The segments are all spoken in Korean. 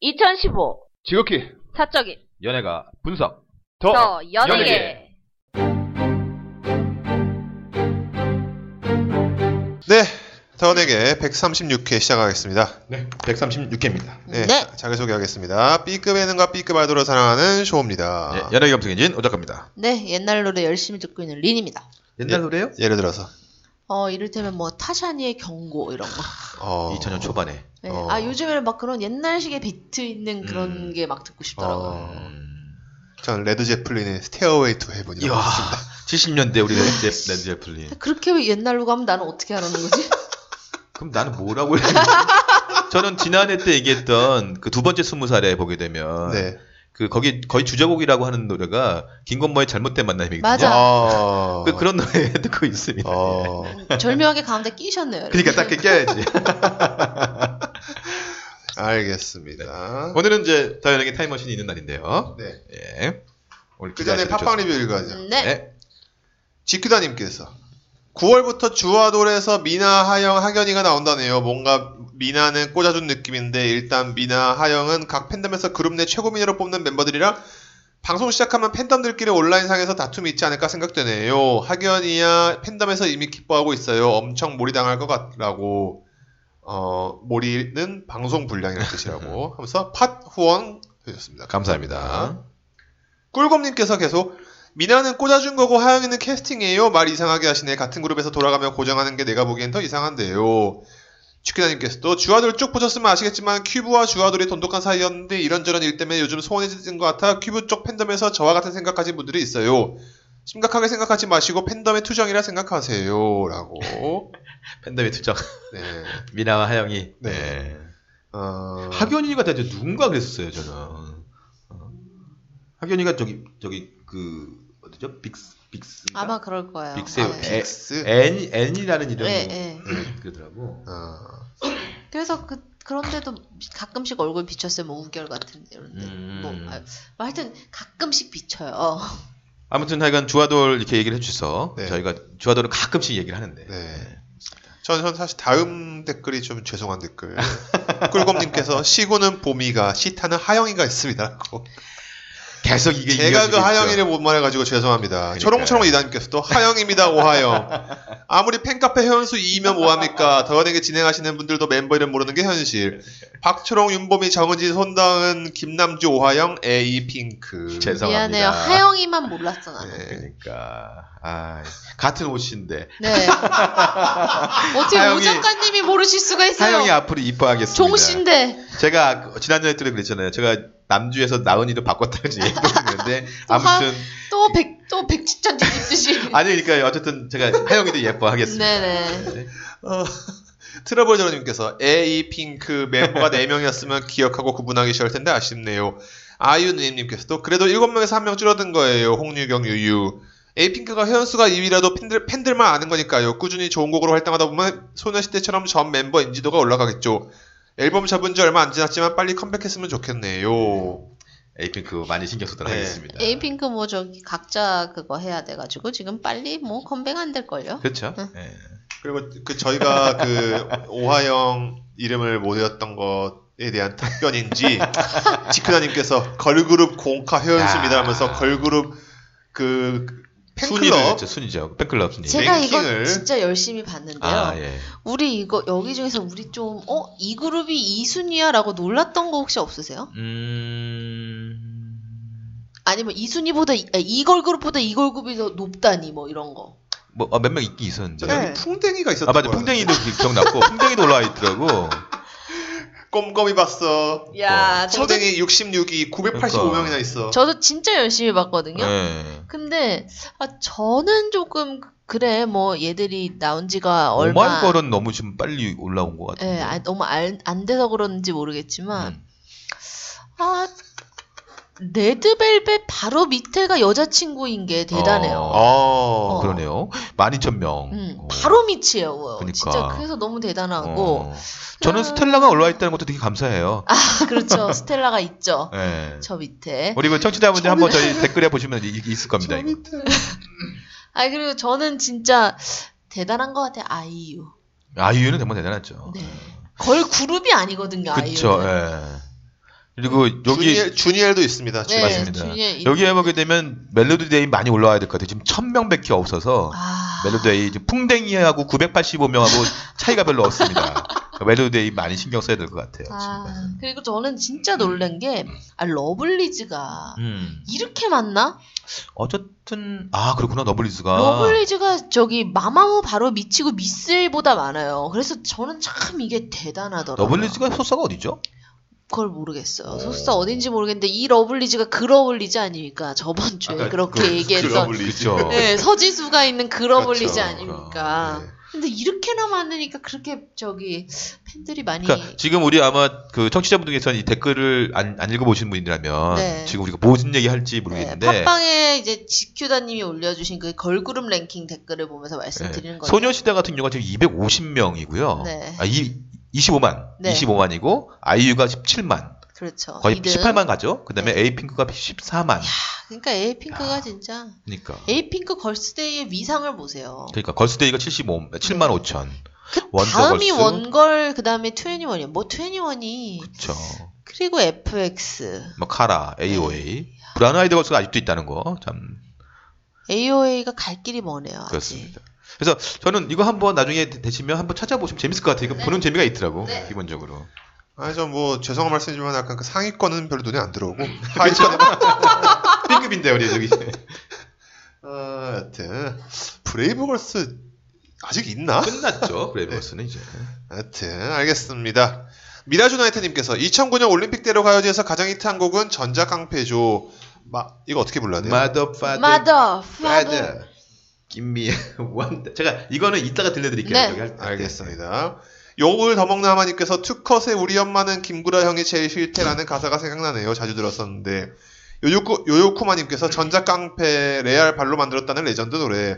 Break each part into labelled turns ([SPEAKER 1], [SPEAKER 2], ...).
[SPEAKER 1] 2015
[SPEAKER 2] 지극히
[SPEAKER 1] 사적인
[SPEAKER 3] 연예가 분석.
[SPEAKER 2] 더
[SPEAKER 1] 더 연예계
[SPEAKER 3] 어, 연예계.
[SPEAKER 4] 네, 더원에게 136회 시작하겠습니다.
[SPEAKER 2] 네, 136회입니다.
[SPEAKER 3] 예,
[SPEAKER 4] 네,
[SPEAKER 1] 네.
[SPEAKER 4] 자기소개하겠습니다. B급 예능과 B급 아이돌을 사랑하는 쇼입니다.
[SPEAKER 3] 예, 연예계 검색엔진 오작가입니다.
[SPEAKER 5] 네, 옛날 노래 열심히 듣고 있는 린입니다.
[SPEAKER 3] 옛날
[SPEAKER 4] 예.
[SPEAKER 3] 노래요?
[SPEAKER 4] 예를 들어서
[SPEAKER 5] 어, 이를테면 뭐 타샤니의 경고 이런 거.
[SPEAKER 4] 어,
[SPEAKER 3] 2000년 초반에.
[SPEAKER 5] 네.
[SPEAKER 4] 어.
[SPEAKER 5] 아, 요즘에는 막 그런 옛날식의 비트 있는 그런
[SPEAKER 3] 음.
[SPEAKER 5] 게 막 듣고 싶더라고요.
[SPEAKER 4] 어.
[SPEAKER 3] 음.
[SPEAKER 4] 전 레드 제플린의 스테어웨이 투 헤븐이요.
[SPEAKER 3] 이야, 70년대 우리 레드
[SPEAKER 4] 네.
[SPEAKER 3] 제- 레드 제플린.
[SPEAKER 5] 그렇게 왜 옛날로 가면 나는 어떻게 하라는 거지?
[SPEAKER 3] 그럼 나는 뭐라고 해야 되지? 저는 지난해 때 얘기했던 그 두 번째 스무 살에 보게 되면
[SPEAKER 4] 네.
[SPEAKER 3] 그 거기 거의 주제곡이라고 하는 노래가 김건모의 잘못된 만남이거든요.
[SPEAKER 5] 맞아.
[SPEAKER 4] 어.
[SPEAKER 3] 그, 그런 노래 듣고 있습니다. 예.
[SPEAKER 4] 어.
[SPEAKER 5] 절묘하게 가운데 끼셨네요. 이렇게.
[SPEAKER 3] 그러니까 딱 이렇게 껴야지.
[SPEAKER 4] 알겠습니다.
[SPEAKER 3] 오늘은 이제 더 연예계 타임머신이 있는 날인데요.
[SPEAKER 4] 네.
[SPEAKER 3] 예. 오늘
[SPEAKER 4] 그 전에
[SPEAKER 3] 기대하시고
[SPEAKER 4] 팝빵
[SPEAKER 3] 좋-
[SPEAKER 4] 리뷰 읽어야죠.
[SPEAKER 5] 네.
[SPEAKER 3] 네.
[SPEAKER 4] 지큐다님께서 9월부터 주화돌에서 미나, 하영, 하견이가 나온다네요. 뭔가 미나는 꽂아준 느낌인데 일단 미나, 하영은 각 팬덤에서 그룹 내 최고 미녀로 뽑는 멤버들이라 방송 시작하면 팬덤들끼리 온라인상에서 다툼이 있지 않을까 생각되네요. 하견이야 팬덤에서 이미 기뻐하고 있어요. 엄청 몰이 당할 것 같라고 어 몰이는 방송 분량이라는 뜻이라고 하면서 팟 후원 해주셨습니다.
[SPEAKER 3] 감사합니다.
[SPEAKER 4] 꿀곰님께서 계속 미나는 꽂아준 거고 하영이는 캐스팅이에요. 말 이상하게 하시네. 같은 그룹에서 돌아가며 고정하는 게 내가 보기엔 더 이상한데요. 치키나님께서도 주아돌 쭉 보셨으면 아시겠지만 큐브와 주아돌이 돈독한 사이였는데 이런저런 일 때문에 요즘 소원해진 것 같아 큐브 쪽 팬덤에서 저와 같은 생각하신 분들이 있어요. 심각하게 생각하지 마시고 팬덤의 투정이라 생각하세요라고.
[SPEAKER 3] 팬덤의 투정.
[SPEAKER 4] 네.
[SPEAKER 3] 미나와 하영이.
[SPEAKER 4] 네.
[SPEAKER 3] 네.
[SPEAKER 4] 어...
[SPEAKER 3] 하견이가 대체 누군가 그랬었어요, 저는. 어. 하견이가 저기, 저기, 그, 어디죠? 빅스, 빅스.
[SPEAKER 5] 아마 그럴 거예요.
[SPEAKER 3] 빅세요.
[SPEAKER 5] 네.
[SPEAKER 3] 에-
[SPEAKER 4] 빅스.
[SPEAKER 3] N, N이라는 이름으로.
[SPEAKER 5] 예, 예.
[SPEAKER 3] 그러더라고.
[SPEAKER 4] 어,
[SPEAKER 5] 그래서 그 그런데도 가끔씩 얼굴 비쳤어요. 뭐 우결 같은 이런데.
[SPEAKER 3] 음.
[SPEAKER 5] 뭐, 아, 뭐 하여튼 가끔씩 비쳐요.
[SPEAKER 3] 아무튼 하여간 주아돌 이렇게 얘기를 해주셔서
[SPEAKER 4] 네.
[SPEAKER 3] 저희가 주아돌은 가끔씩 얘기를 하는데.
[SPEAKER 4] 네. 전, 전 사실 다음 댓글이 좀 죄송한 댓글. 꿀곰님께서 시구는 봄이가 시타는 하영이가 있습니다라고.
[SPEAKER 3] 계속 이게
[SPEAKER 4] 제가
[SPEAKER 3] 네,
[SPEAKER 4] 그
[SPEAKER 3] 이어지겠죠.
[SPEAKER 4] 하영이를 못 말해가지고 죄송합니다.
[SPEAKER 3] 그러니까요.
[SPEAKER 4] 초롱초롱 이단님께서도 하영입니다 오하영. 아무리 팬카페 회원수 2이면 뭐합니까? 더원에게 진행하시는 분들도 멤버 이름 모르는 게 현실. 박초롱, 윤보미, 정은지, 손다은, 김남주, 오하영, 에이 핑크.
[SPEAKER 3] 죄송합니다.
[SPEAKER 5] 미안해요. 하영이만 몰랐어 나는.
[SPEAKER 4] 네.
[SPEAKER 3] 그러니까 아, 같은 옷인데
[SPEAKER 5] 네. 어떻게
[SPEAKER 3] 하영이-
[SPEAKER 5] 오 작가님이 모르실 수가 있어요?
[SPEAKER 3] 하영이 앞으로 이뻐하겠습니다.
[SPEAKER 5] 종신데
[SPEAKER 3] 제가 그- 지난번에 또 그랬잖아요. 제가 남주에서 나은이로 바꿨다고 얘기했는데 아무튼
[SPEAKER 5] 또백또 백지천 짓듯이.
[SPEAKER 3] 아니 그러니까 어쨌든 제가 하영이도 예뻐하겠습니다.
[SPEAKER 5] 네네.
[SPEAKER 3] 네.
[SPEAKER 4] 어, 트러블 저님께서 에이 핑크 멤버가 4명이었으면 기억하고 구분하기 쉬울 텐데 아쉽네요. 아이유 누님께서도 그래도 7명에서 1명 줄어든 거예요. 홍유경 유유. 에이핑크가 회원수가 2위라도 팬들, 팬들만 아는 거니까요. 꾸준히 좋은 곡으로 활동하다 보면 소녀시대처럼 전 멤버 인지도가 올라가겠죠. 앨범 접은 지 얼마 안 지났지만 빨리 컴백했으면 좋겠네요.
[SPEAKER 3] 에이핑크 많이 신경 쓰도록
[SPEAKER 4] 네.
[SPEAKER 3] 하겠습니다.
[SPEAKER 5] 에이핑크 뭐 저기 각자 그거 해야 돼가지고 지금 빨리 뭐 컴백 안 될 걸요.
[SPEAKER 3] 그렇죠.
[SPEAKER 5] 응.
[SPEAKER 3] 네.
[SPEAKER 4] 그리고 그 저희가 그 오하영 이름을 못 외웠던 것에 대한 답변인지 지크다님께서 걸그룹 공카 회원수입니다
[SPEAKER 3] 야.
[SPEAKER 4] 하면서 걸그룹 그
[SPEAKER 3] 그렇죠. 순위를
[SPEAKER 4] 팬클럽
[SPEAKER 3] 했죠, 순위죠. 팬클럽 순위.
[SPEAKER 5] 제가
[SPEAKER 4] 랭킹을-
[SPEAKER 5] 이거 진짜 열심히 봤는데요.
[SPEAKER 3] 네, 아 예.
[SPEAKER 5] 우리 이거 여기 중에서 우리 좀 어 이 그룹이 이 순위야라고 놀랐던 거 혹시 없으세요?
[SPEAKER 3] 음.
[SPEAKER 5] 아니면 이 순위보다 이- 아, 이걸 그룹보다 이걸 그룹이 더 높다니 뭐 이런 거.
[SPEAKER 3] 뭐몇 명 있긴 있었는데.
[SPEAKER 5] 네.
[SPEAKER 4] 저는 풍뎅이가 있었던
[SPEAKER 3] 네. 아 맞아.
[SPEAKER 4] 거
[SPEAKER 3] 풍뎅이도 기억났고 풍뎅이도 올라와 있더라고.
[SPEAKER 4] 꼼꼼히 봤어
[SPEAKER 3] 야,
[SPEAKER 5] 야 아, 저도
[SPEAKER 4] 풍뎅이 66이
[SPEAKER 3] 그러니까.
[SPEAKER 4] 985명이나 있어
[SPEAKER 5] 저도 진짜 열심히 봤거든요.
[SPEAKER 3] 예.
[SPEAKER 5] 근데 아, 저는 조금 그래 뭐 얘들이 나온 지가 얼마
[SPEAKER 3] 오마이걸은 너무 지금 빨리 올라온 것 같은데.
[SPEAKER 5] 예, 아, 너무 알- 안 돼서 그런지 모르겠지만
[SPEAKER 3] 음.
[SPEAKER 5] 아 레드벨벳 바로 밑에가 여자친구인 게 대단해요. 아.
[SPEAKER 3] 어,
[SPEAKER 4] 어.
[SPEAKER 3] 그러네요. 12,000명.
[SPEAKER 5] 음,
[SPEAKER 3] 어.
[SPEAKER 5] 바로 밑이에요.
[SPEAKER 3] 그러니까.
[SPEAKER 5] 진짜 그래서 너무 대단하고 음.
[SPEAKER 3] 어. 저는 스텔라가 올라와 있다는 것도 되게 감사해요.
[SPEAKER 5] 그렇죠. 스텔라가 있죠.
[SPEAKER 3] 예.
[SPEAKER 5] 저 밑에.
[SPEAKER 3] 우리 그 청취자분들 한번 저희 댓글에 보시면 이- 이- 있을 겁니다. 이거.
[SPEAKER 5] 아 그리고 저는 진짜 대단한 것 같아요. 아이유.
[SPEAKER 3] 아이유는 정말 대단하죠.
[SPEAKER 5] 네. 걸 그룹이 아니거든요. 음,
[SPEAKER 3] 그쵸.
[SPEAKER 5] 아이유.
[SPEAKER 3] 예. 그리고 여기
[SPEAKER 4] 주니엘, 주니엘도 있습니다.
[SPEAKER 5] 네,
[SPEAKER 4] 주니엘.
[SPEAKER 3] 예, 맞습니다.
[SPEAKER 5] 주니엘 이-
[SPEAKER 3] 여기에 보게 되면 멜로디데이 많이 올라와야 될 것 같아요. 지금 1000명밖에 없어서
[SPEAKER 5] 아,
[SPEAKER 3] 멜로디데이 지금 풍뎅이하고 985명하고 차이가 별로 없습니다. 그러니까 멜로디데이 많이 신경 써야 될 것 같아요.
[SPEAKER 5] 아, 그리고 저는 진짜 놀란 게 아, 러블리즈가
[SPEAKER 3] 음.
[SPEAKER 5] 이렇게 많나?
[SPEAKER 3] 어쨌든 아 그렇구나 너블리즈가
[SPEAKER 5] 러블리즈가 저기 마마무 바로 미치고 미스보다 많아요. 그래서 저는 참 이게 대단하더라고요.
[SPEAKER 3] 너블리즈가 소사가 어디죠?
[SPEAKER 5] 그걸 모르겠어요. 소속사 어딘지 모르겠는데 이 러블리즈가 그 러블리즈 아닙니까? 저번 주에
[SPEAKER 3] 아까
[SPEAKER 5] 그렇게
[SPEAKER 3] 그-
[SPEAKER 5] 얘기했던
[SPEAKER 3] 그렇죠.
[SPEAKER 5] 네, 서지수가 있는 그 러블리즈
[SPEAKER 3] 그렇죠.
[SPEAKER 5] 아닙니까?
[SPEAKER 3] 네.
[SPEAKER 5] 근데 이렇게나 많으니까 그렇게 저기 팬들이 많이
[SPEAKER 3] 그러니까 지금 우리 아마 그 청취자분들 계서는 이 댓글을 안, 안 읽어보신 분이라면
[SPEAKER 5] 네.
[SPEAKER 3] 지금 우리가 무슨 얘기 할지
[SPEAKER 5] 네,
[SPEAKER 3] 모르겠는데
[SPEAKER 5] 팟빵에 이제 지큐다님이 올려주신 그 걸그룹 랭킹 댓글을 보면서 말씀드리는 거죠.
[SPEAKER 3] 예. 네. 소녀시대 같은 경우가 지금 250명이고요.
[SPEAKER 5] 네.
[SPEAKER 3] 아, 이, 25만,
[SPEAKER 5] 네.
[SPEAKER 3] 25만이고 아이유가 17만,
[SPEAKER 5] 그렇죠.
[SPEAKER 3] 거의
[SPEAKER 5] 이등.
[SPEAKER 3] 18만 가죠. 그다음에
[SPEAKER 5] 네.
[SPEAKER 3] 에이핑크가 14만.
[SPEAKER 5] 그러니까 에이핑크가
[SPEAKER 3] 야.
[SPEAKER 5] 진짜
[SPEAKER 3] 그러니까
[SPEAKER 5] 에이핑크 걸스데이의 위상을 보세요.
[SPEAKER 3] 그러니까 걸스데이가 네, 75, 7만 5천.
[SPEAKER 5] 그
[SPEAKER 3] 원더걸스.
[SPEAKER 5] 다음이 원걸, 그 다음에 21이요. 뭐 21이
[SPEAKER 3] 그렇죠.
[SPEAKER 5] 그리고 FX,
[SPEAKER 3] 뭐 카라,
[SPEAKER 5] 네.
[SPEAKER 3] AOA, 브라운 아이드 걸스가 아직도 있다는 거 참.
[SPEAKER 5] AOA가 갈 길이 머네요. 아직.
[SPEAKER 3] 그렇습니다. 그래서 저는 이거 한번 나중에 되- 되시면 한번 찾아보시면 재밌을 것 같아요. 이거
[SPEAKER 5] 네.
[SPEAKER 3] 보는 재미가 있더라고 기본적으로.
[SPEAKER 4] 아니 저뭐 죄송한 말씀이지만 약간 그 상위권은 별로 눈에 안 들어오고 하위권은
[SPEAKER 3] B급인데 우리 저기.
[SPEAKER 4] 어, 여튼 브레이브걸스 아직 있나?
[SPEAKER 3] 끝났죠. 브레이브걸스는 이제.
[SPEAKER 4] 하여튼 알겠습니다. 미라주나이트님께서 2009년 올림픽대로 가요제에서 가장 히트한 곡은 전자깡패죠. 마, 이거 어떻게 불러야 돼요?
[SPEAKER 3] Mother, father,
[SPEAKER 5] Mother, father.
[SPEAKER 3] father, give me one. 제가 이거는 이따가 들려드릴게요.
[SPEAKER 5] 네.
[SPEAKER 3] 저기 할 때.
[SPEAKER 4] 알겠습니다. 욕을 더 먹는 하마님께서 투컷의 우리 엄마는 김구라 형이 제일 싫대라는 가사가 생각나네요. 자주 들었었는데 요요쿠 요요쿠마님께서 전자깡패 레알 발로 만들었다는 레전드 노래.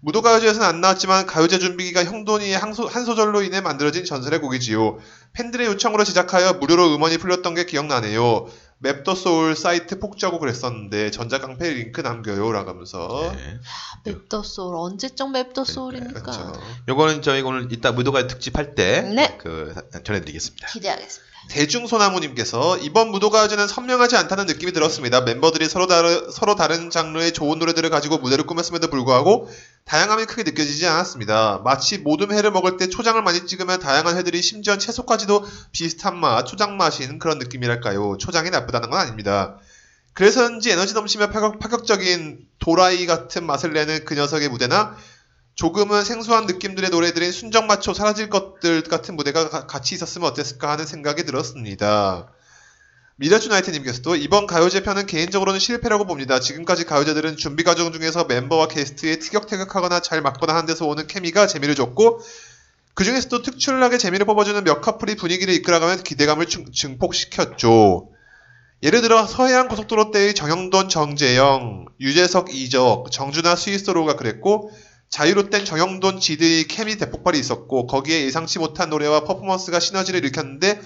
[SPEAKER 4] 무도가요제에서는 안 나왔지만 가요제 준비기가 형돈이의 한, 소, 한 소절로 인해 만들어진 전설의 곡이지요. 팬들의 요청으로 제작하여 무료로 음원이 풀렸던 게 기억나네요. 맵더 소울 사이트 폭주하고 그랬었는데 전자깡패 링크 남겨요 라고 하면서
[SPEAKER 3] 네.
[SPEAKER 5] 아, 맵더 소울 언제적 맵더 소울입니까?
[SPEAKER 3] 그러니까,
[SPEAKER 4] 그렇죠.
[SPEAKER 5] 그러니까
[SPEAKER 3] 요거는 저희 오늘 이따 무도가 특집 할 때
[SPEAKER 5] 네.
[SPEAKER 3] 그 사- 전해드리겠습니다.
[SPEAKER 5] 기대하겠습니다.
[SPEAKER 4] 대중소나무님께서 이번 무도가요제는 선명하지 않다는 느낌이 들었습니다. 멤버들이 서로, 다르, 서로 다른 장르의 좋은 노래들을 가지고 무대를 꾸몄음에도 불구하고 다양함이 크게 느껴지지 않았습니다. 마치 모든 회를 먹을 때 초장을 많이 찍으면 다양한 회들이 심지어 채소까지도 비슷한 맛, 초장 맛인 그런 느낌이랄까요. 초장이 나쁘다는 건 아닙니다. 그래서인지 에너지 넘치며 파격, 파격적인 도라이 같은 맛을 내는 그 녀석의 무대나 조금은 생소한 느낌들의 노래들인 순정 맞춰 사라질 것들 같은 무대가 가- 같이 있었으면 어땠을까 하는 생각이 들었습니다. 미라주나이트님께서도 이번 가요제 편은 개인적으로는 실패라고 봅니다. 지금까지 가요제들은 준비 과정 중에서 멤버와 게스트의 티격태격하거나 잘 맞거나 하는 데서 오는 케미가 재미를 줬고 그 중에서도 특출나게 재미를 뽑아주는 몇 커플이 분위기를 이끌어가면 기대감을 증- 증폭시켰죠. 예를 들어 서해안 고속도로 때의 정영돈, 정재영, 유재석, 이적, 정준하, 스위스로가 그랬고 자유롯된 정영돈 지드의 케미 대폭발이 있었고 거기에 예상치 못한 노래와 퍼포먼스가 시너지를 일으켰는데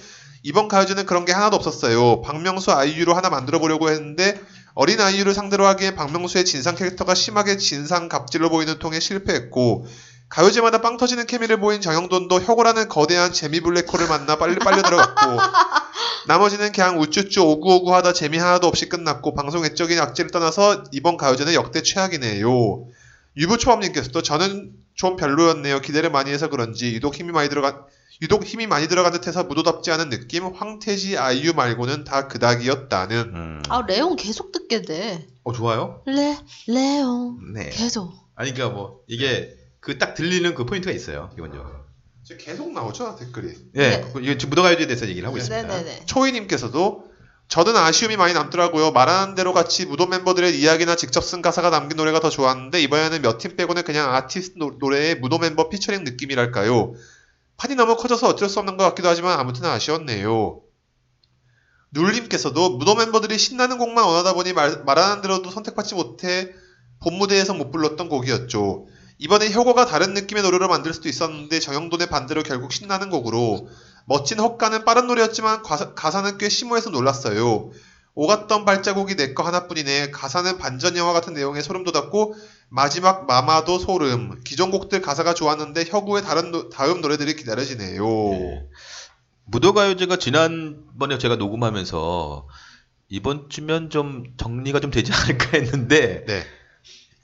[SPEAKER 4] 이번 가요제는 그런 게 하나도 없었어요. 박명수 아이유로 하나 만들어 보려고 했는데 어린 아이유를 상대로 하기에 박명수의 진상 캐릭터가 심하게 진상 갑질로 보이는 통에 실패했고 가요제마다 빵 터지는 케미를 보인 정영돈도 혁오라는 거대한 재미 블랙홀을 만나 빨리 빨려 들어갔고 나머지는 그냥 우쭈쭈 오구오구 하다 재미 하나도 없이 끝났고 방송 애적인 악재를 떠나서 이번 가요제는 역대 최악이네요. 유부초밥님께서도 저는 좀 별로였네요. 기대를 많이 해서 그런지 유독 힘이 많이 들어간 유독 힘이 많이 들어간 듯해서 무도답지 않은 느낌. 황태지 아이유 말고는 다 그닥이었다는.
[SPEAKER 3] 음.
[SPEAKER 5] 아 레옹 계속 듣게 돼.
[SPEAKER 3] 어 좋아요.
[SPEAKER 5] 레 레옹
[SPEAKER 3] 네.
[SPEAKER 5] 계속.
[SPEAKER 3] 아니 그러니까 뭐 이게
[SPEAKER 5] 네.
[SPEAKER 3] 그 딱 들리는 그 포인트가 있어요 기본적으로.
[SPEAKER 4] 지금 계속 나오죠 댓글이.
[SPEAKER 3] 예,
[SPEAKER 5] 아. 네.
[SPEAKER 3] 그- 이거 지금 무더가요제에 대해서 얘기를 하고 있습니다.
[SPEAKER 5] 네네네.
[SPEAKER 4] 초이님께서도 저는 아쉬움이 많이 남더라고요. 말하는 대로 같이 무도 멤버들의 이야기나 직접 쓴 가사가 남긴 노래가 더 좋았는데 이번에는 몇 팀 빼고는 그냥 아티스트 노- 노래의 무도 멤버 피처링 느낌이랄까요. 판이 너무 커져서 어쩔 수 없는 것 같기도 하지만 아무튼 아쉬웠네요. 눌님께서도 무도 멤버들이 신나는 곡만 원하다 보니 말, 말하는 대로도 선택받지 못해 본 무대에서 못 불렀던 곡이었죠. 이번에 효고가 다른 느낌의 노래로 만들 수도 있었는데 정영돈의 반대로 결국 신나는 곡으로 멋진 헛가는 빠른 노래였지만 가사, 는꽤 심오해서 놀랐어요. 오갔던 발자국이 내 거 하나뿐이네. 가사는 반전 영화 같은 내용에 소름 돋았고 마지막 마마도 소름. 기존 곡들 가사가 좋았는데 혁우의 다른 노- 다음 노래들이 기다려지네요.
[SPEAKER 3] 네. 무도가요제가 지난번에 제가 녹음하면서 이번 주면 좀 정리가 좀 되지 않을까 했는데
[SPEAKER 4] 네.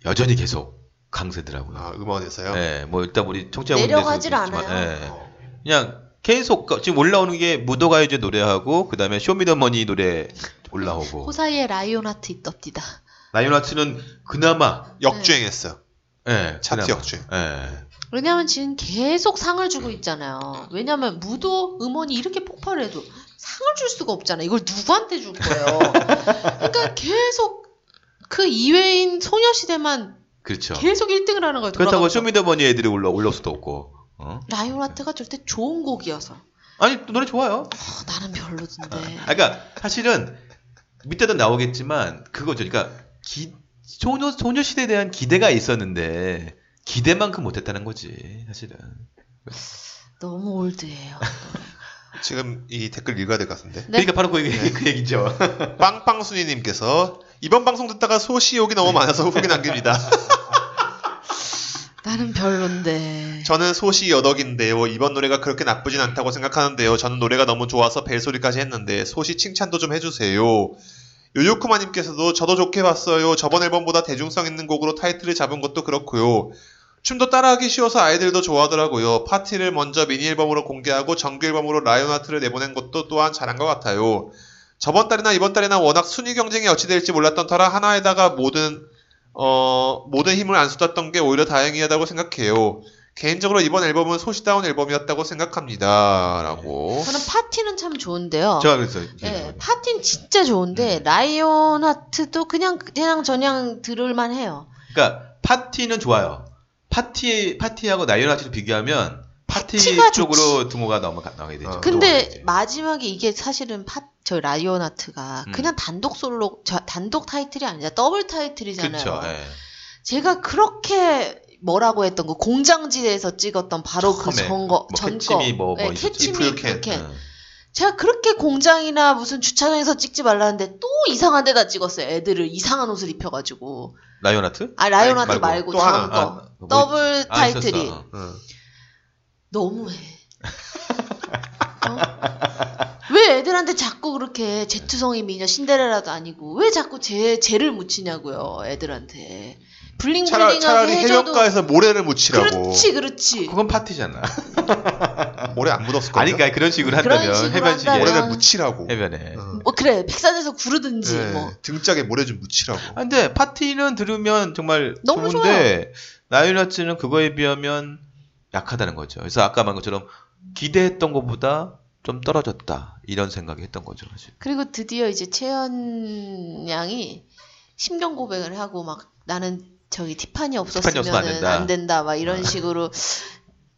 [SPEAKER 3] 여전히 계속 강세더라고요.
[SPEAKER 4] 아, 음원에서요?
[SPEAKER 3] 네, 뭐 일단 우리 청취자분들 예.
[SPEAKER 5] 내려가질 않아요.
[SPEAKER 3] 네.
[SPEAKER 4] 어.
[SPEAKER 3] 그냥 계속 가- 지금 올라오는 게 무도가요제 노래하고 그다음에 쇼미더머니 노래 올라오고
[SPEAKER 5] 호사이의 라이온하트 있답디다.
[SPEAKER 3] 라이온하트는 그나마
[SPEAKER 4] 역주행했어요.
[SPEAKER 3] 예
[SPEAKER 4] 차트
[SPEAKER 3] 그나마.
[SPEAKER 4] 역주행.
[SPEAKER 3] 예
[SPEAKER 5] 왜냐면 지금 계속 상을 주고 있잖아요. 왜냐면 무도 음원이 이렇게 폭발을 해도 상을 줄 수가 없잖아요. 이걸 누구한테 줄 거예요. 그러니까 계속 그 이외인 소녀시대만
[SPEAKER 3] 그렇죠.
[SPEAKER 5] 계속 1등을 하는 거예요.
[SPEAKER 3] 그렇다고
[SPEAKER 5] 돌아가면서.
[SPEAKER 3] 쇼미더머니 애들이 올라 올라올 수도 없고 어?
[SPEAKER 5] 라이온하트가 절대 좋은 곡이어서 아,
[SPEAKER 3] 아니 또 노래 좋아요.
[SPEAKER 5] 나는 별로던데.
[SPEAKER 3] 아, 그러니까 사실은 밑에도 나오겠지만 그거죠. 그러니까 기- 소녀 소녀시대에 대한 기대가 있었는데 기대만큼 못했다는 거지 사실은.
[SPEAKER 5] 너무 올드해요.
[SPEAKER 4] 지금 이 댓글 읽어야 될 것 같은데.
[SPEAKER 5] 네.
[SPEAKER 3] 그러니까 바로 그, 얘기, 그 얘기죠.
[SPEAKER 4] 빵빵순이님께서 이번 방송 듣다가 소시욕이 너무 많아서 후기 남깁니다.
[SPEAKER 5] 나는 별론데.
[SPEAKER 4] 저는 소시 여덕인데요. 이번 노래가 그렇게 나쁘진 않다고 생각하는데요. 저는 노래가 너무 좋아서 벨소리까지 했는데 소시 칭찬도 좀 해주세요. 요요쿠마님께서도 저도 좋게 봤어요. 저번 앨범보다 대중성 있는 곡으로 타이틀을 잡은 것도 그렇고요. 춤도 따라하기 쉬워서 아이들도 좋아하더라고요. 파티를 먼저 미니 앨범으로 공개하고 정규 앨범으로 라이온하트를 내보낸 것도 또한 잘한 것 같아요. 저번 달이나 이번 달이나 워낙 순위 경쟁이 어찌 될지 몰랐던 터라 하나에다가 모든 어, 모든 힘을 안 쏟았던 게 오히려 다행이하다고 생각해요. 개인적으로 이번 앨범은 소시다운 앨범이었다고 생각합니다. 라고.
[SPEAKER 5] 저는 파티는 참 좋은데요.
[SPEAKER 3] 제가 그랬어요.
[SPEAKER 5] 네, 파티는 진짜 좋은데
[SPEAKER 3] 음.
[SPEAKER 5] 라이온하트도 그냥 그냥 저냥 들을만 해요.
[SPEAKER 3] 그러니까 파티는 좋아요. 파티 파티하고 나이온아치를 비교하면 파티
[SPEAKER 5] 파티가
[SPEAKER 3] 쪽으로 등호가 넘어가 나게 되죠.
[SPEAKER 4] 어.
[SPEAKER 5] 근데
[SPEAKER 3] 넘어가게 되죠.
[SPEAKER 5] 마지막에 이게 사실은 파, 저 라이온하트가
[SPEAKER 3] 음.
[SPEAKER 5] 그냥 단독 솔로 저, 단독 타이틀이 아니라 더블 타이틀이잖아요.
[SPEAKER 3] 그렇죠. 예.
[SPEAKER 5] 제가 그렇게 뭐라고 했던 거 공장지대에서 찍었던 바로 그
[SPEAKER 3] 처음에
[SPEAKER 5] 전거
[SPEAKER 3] 뭐
[SPEAKER 5] 전거
[SPEAKER 3] 캐치미 뭐, 뭐
[SPEAKER 5] 네,
[SPEAKER 3] 있었죠.
[SPEAKER 5] 캐치미
[SPEAKER 4] If you can.
[SPEAKER 5] 그렇게
[SPEAKER 3] 예.
[SPEAKER 5] 제가 그렇게 공장이나 무슨 주차장에서 찍지 말라는데 또 이상한 데다 찍었어요. 애들을 이상한 옷을 입혀가지고
[SPEAKER 3] 라이온아트?
[SPEAKER 5] 아 라이온하트
[SPEAKER 3] 아니, 말고
[SPEAKER 5] 말고,
[SPEAKER 4] 또
[SPEAKER 5] 다음
[SPEAKER 4] 하나,
[SPEAKER 5] 거
[SPEAKER 3] 아, 뭐
[SPEAKER 5] 더블
[SPEAKER 3] 있- 아, 있었어.
[SPEAKER 5] 타이틀이
[SPEAKER 3] 어.
[SPEAKER 4] 응.
[SPEAKER 5] 너무해. 어? 왜 애들한테 자꾸 그렇게 제투성이 미녀 신데렐라도 아니고 왜 자꾸 제 죄를 묻히냐고요 애들한테
[SPEAKER 4] 차라리,
[SPEAKER 5] 네. 블링블링하게
[SPEAKER 4] 차라리
[SPEAKER 5] 해줘도
[SPEAKER 4] 해변가에서 모래를 묻히라고.
[SPEAKER 5] 그렇지 그렇지
[SPEAKER 3] 그건 파티잖아.
[SPEAKER 4] 모래 안 묻었을 거야.
[SPEAKER 3] 아니 그러니까 네. 그런 식으로
[SPEAKER 5] 그런
[SPEAKER 3] 한다면
[SPEAKER 5] 식으로
[SPEAKER 3] 해변식에
[SPEAKER 5] 한다면.
[SPEAKER 4] 모래를 묻히라고.
[SPEAKER 3] 해변에.
[SPEAKER 4] 어.
[SPEAKER 5] 뭐 그래 백산에서 아. 구르든지
[SPEAKER 4] 네,
[SPEAKER 5] 뭐
[SPEAKER 4] 등짝에 모래 좀 묻히라고.
[SPEAKER 3] 아, 근데 파티는 들으면 정말
[SPEAKER 5] 너무
[SPEAKER 3] 좋은데 나이온아츠는 그거에 비하면 약하다는 거죠. 그래서 아까 말한 것처럼 기대했던 것보다 좀 떨어졌다 이런 생각이 했던 거죠. 사실.
[SPEAKER 5] 그리고 드디어 이제 채연 양이 심경 고백을 하고 막 나는 저기 티파니
[SPEAKER 3] 티파니 없으면 안
[SPEAKER 5] 없었으면
[SPEAKER 3] 된다. 음.
[SPEAKER 5] 안 된다 막 이런 식으로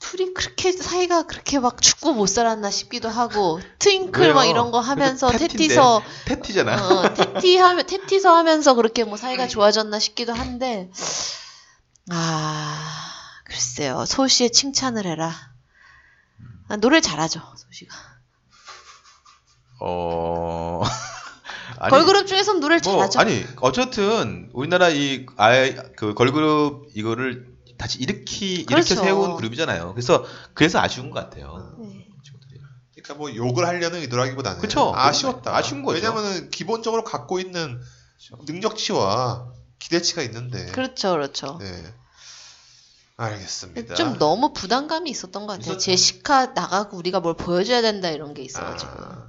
[SPEAKER 5] 둘이 그렇게 사이가 그렇게 막 죽고 못 살았나 싶기도 하고 트윙클
[SPEAKER 3] 왜요?
[SPEAKER 5] 막 이런 거 하면서
[SPEAKER 3] 그래도 탭티인데.
[SPEAKER 5] 테티서
[SPEAKER 3] 패티잖아.
[SPEAKER 5] 어, 테티 하면 테티서 하면서 그렇게 뭐
[SPEAKER 3] 음.
[SPEAKER 5] 사이가 좋아졌나 싶기도 한데 아 글쎄요 소시의 칭찬을 해라 아, 노래 잘하죠 소시가
[SPEAKER 3] 어. 아니,
[SPEAKER 5] 걸그룹 중에선 노래를
[SPEAKER 3] 뭐,
[SPEAKER 5] 잘하죠
[SPEAKER 3] 아니 어쨌든 우리나라 이 아예 그 걸그룹 이거를 다시 일으키
[SPEAKER 5] 그렇죠.
[SPEAKER 3] 일으켜 세운 그룹이잖아요. 그래서 그래서 아쉬운 것 같아요.
[SPEAKER 5] 네.
[SPEAKER 3] 친구들이.
[SPEAKER 4] 그러니까 뭐 욕을 하려는 의도라기보다는
[SPEAKER 3] 그쵸.
[SPEAKER 4] 아쉬웠다.
[SPEAKER 3] 아쉬운 거죠.
[SPEAKER 4] 왜냐면은 기본적으로 갖고 있는 능력치와 기대치가 있는데.
[SPEAKER 5] 그렇죠 그렇죠
[SPEAKER 4] 네. 알겠습니다.
[SPEAKER 5] 좀 너무 부담감이 있었던 것 같아요.
[SPEAKER 4] 있었죠.
[SPEAKER 5] 제시카 나가고 우리가 뭘 보여줘야 된다 이런 게 있어가지고.
[SPEAKER 4] 아,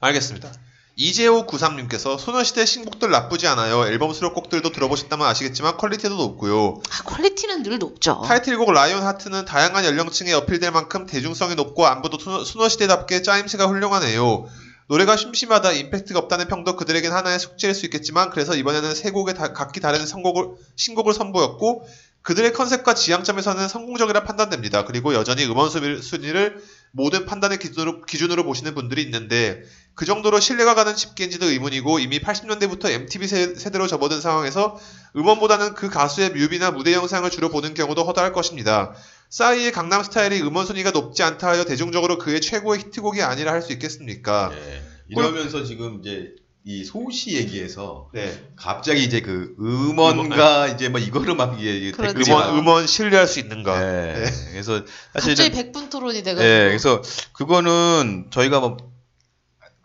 [SPEAKER 4] 알겠습니다. 이재호 93님께서 소녀시대 신곡들 나쁘지 않아요. 앨범 수록곡들도 들어보셨다면 아시겠지만 퀄리티도 높고요.
[SPEAKER 5] 아, 퀄리티는 늘 높죠.
[SPEAKER 4] 타이틀곡 라이온 하트는 다양한 연령층에 어필될 만큼 대중성이 높고 안부도 소녀- 소녀시대답게 짜임새가 훌륭하네요. 노래가 심심하다, 임팩트가 없다는 평도 그들에겐 하나의 숙제일 수 있겠지만 그래서 이번에는 세 곡의 다- 각기 다른 선곡을, 신곡을 선보였고 그들의 컨셉과 지향점에서는 성공적이라 판단됩니다. 그리고 여전히 음원 순위- 순위를 모든 판단의 기준으로, 기준으로 보시는 분들이 있는데 그 정도로 신뢰가 가는 집계인지도 의문이고 이미 80년대부터 MTV 세- 세대로 접어든 상황에서 음원보다는 그 가수의 뮤비나 무대 영상을 주로 보는 경우도 허다할 것입니다. 싸이의 강남 스타일이 음원 순위가 높지 않다 하여 대중적으로 그의 최고의 히트곡이 아니라 할 수 있겠습니까?
[SPEAKER 3] 예. 이러면서 지금 이제 이 소시 얘기에서
[SPEAKER 4] 네.
[SPEAKER 3] 갑자기 이제 그 음원가 이제 뭐 이거를 막 이게
[SPEAKER 5] 그렇죠.
[SPEAKER 3] 댓글이
[SPEAKER 4] 음원
[SPEAKER 3] 막-
[SPEAKER 4] 음원 신뢰할 수 있는가?
[SPEAKER 5] 네.
[SPEAKER 3] 예. 그래서
[SPEAKER 5] 갑자기
[SPEAKER 3] 사실은
[SPEAKER 5] 백분 토론이
[SPEAKER 3] 예.
[SPEAKER 5] 돼가지고
[SPEAKER 3] 그래서 그거는 저희가 뭐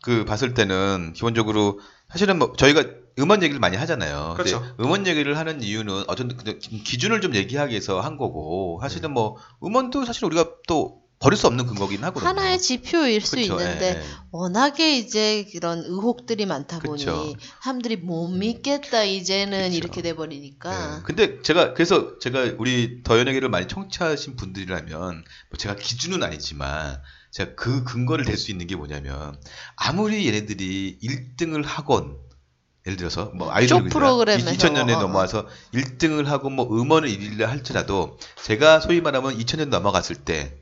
[SPEAKER 3] 그 봤을 때는 기본적으로 사실은 뭐 저희가 음원 얘기를 많이 하잖아요. 근데
[SPEAKER 4] 그렇죠.
[SPEAKER 3] 음원 얘기를 하는 이유는 어떤 그 기준을 좀 얘기하기 위해서 한 거고
[SPEAKER 5] 네.
[SPEAKER 3] 사실은 뭐 음원도 사실 우리가 또 버릴 수 없는 근거긴 하거든요.
[SPEAKER 5] 하나의 지표일 수
[SPEAKER 3] 그렇죠.
[SPEAKER 5] 있는데
[SPEAKER 3] 예, 예.
[SPEAKER 5] 워낙에 이제 그런 의혹들이 많다 보니
[SPEAKER 3] 그쵸. 음.
[SPEAKER 5] 사람들이 못 믿겠다 이제는
[SPEAKER 3] 그쵸.
[SPEAKER 5] 이렇게 돼 버리니까
[SPEAKER 3] 예. 근데 제가 그래서 제가 우리 더 연예계를 많이 청취하신 분들이라면 뭐 제가 기준은 아니지만 제가 그 근거를 댈 수 있는 게 뭐냐면 아무리 얘네들이 1등을 하건 예를 들어서 뭐 아이돌
[SPEAKER 5] 쇼 프로그램에서.
[SPEAKER 3] 2000년에
[SPEAKER 5] 어, 어.
[SPEAKER 3] 넘어와서 1등을 하고 뭐 음원을 1위를 할지라도 제가 소위 말하면 2000년 넘어갔을 때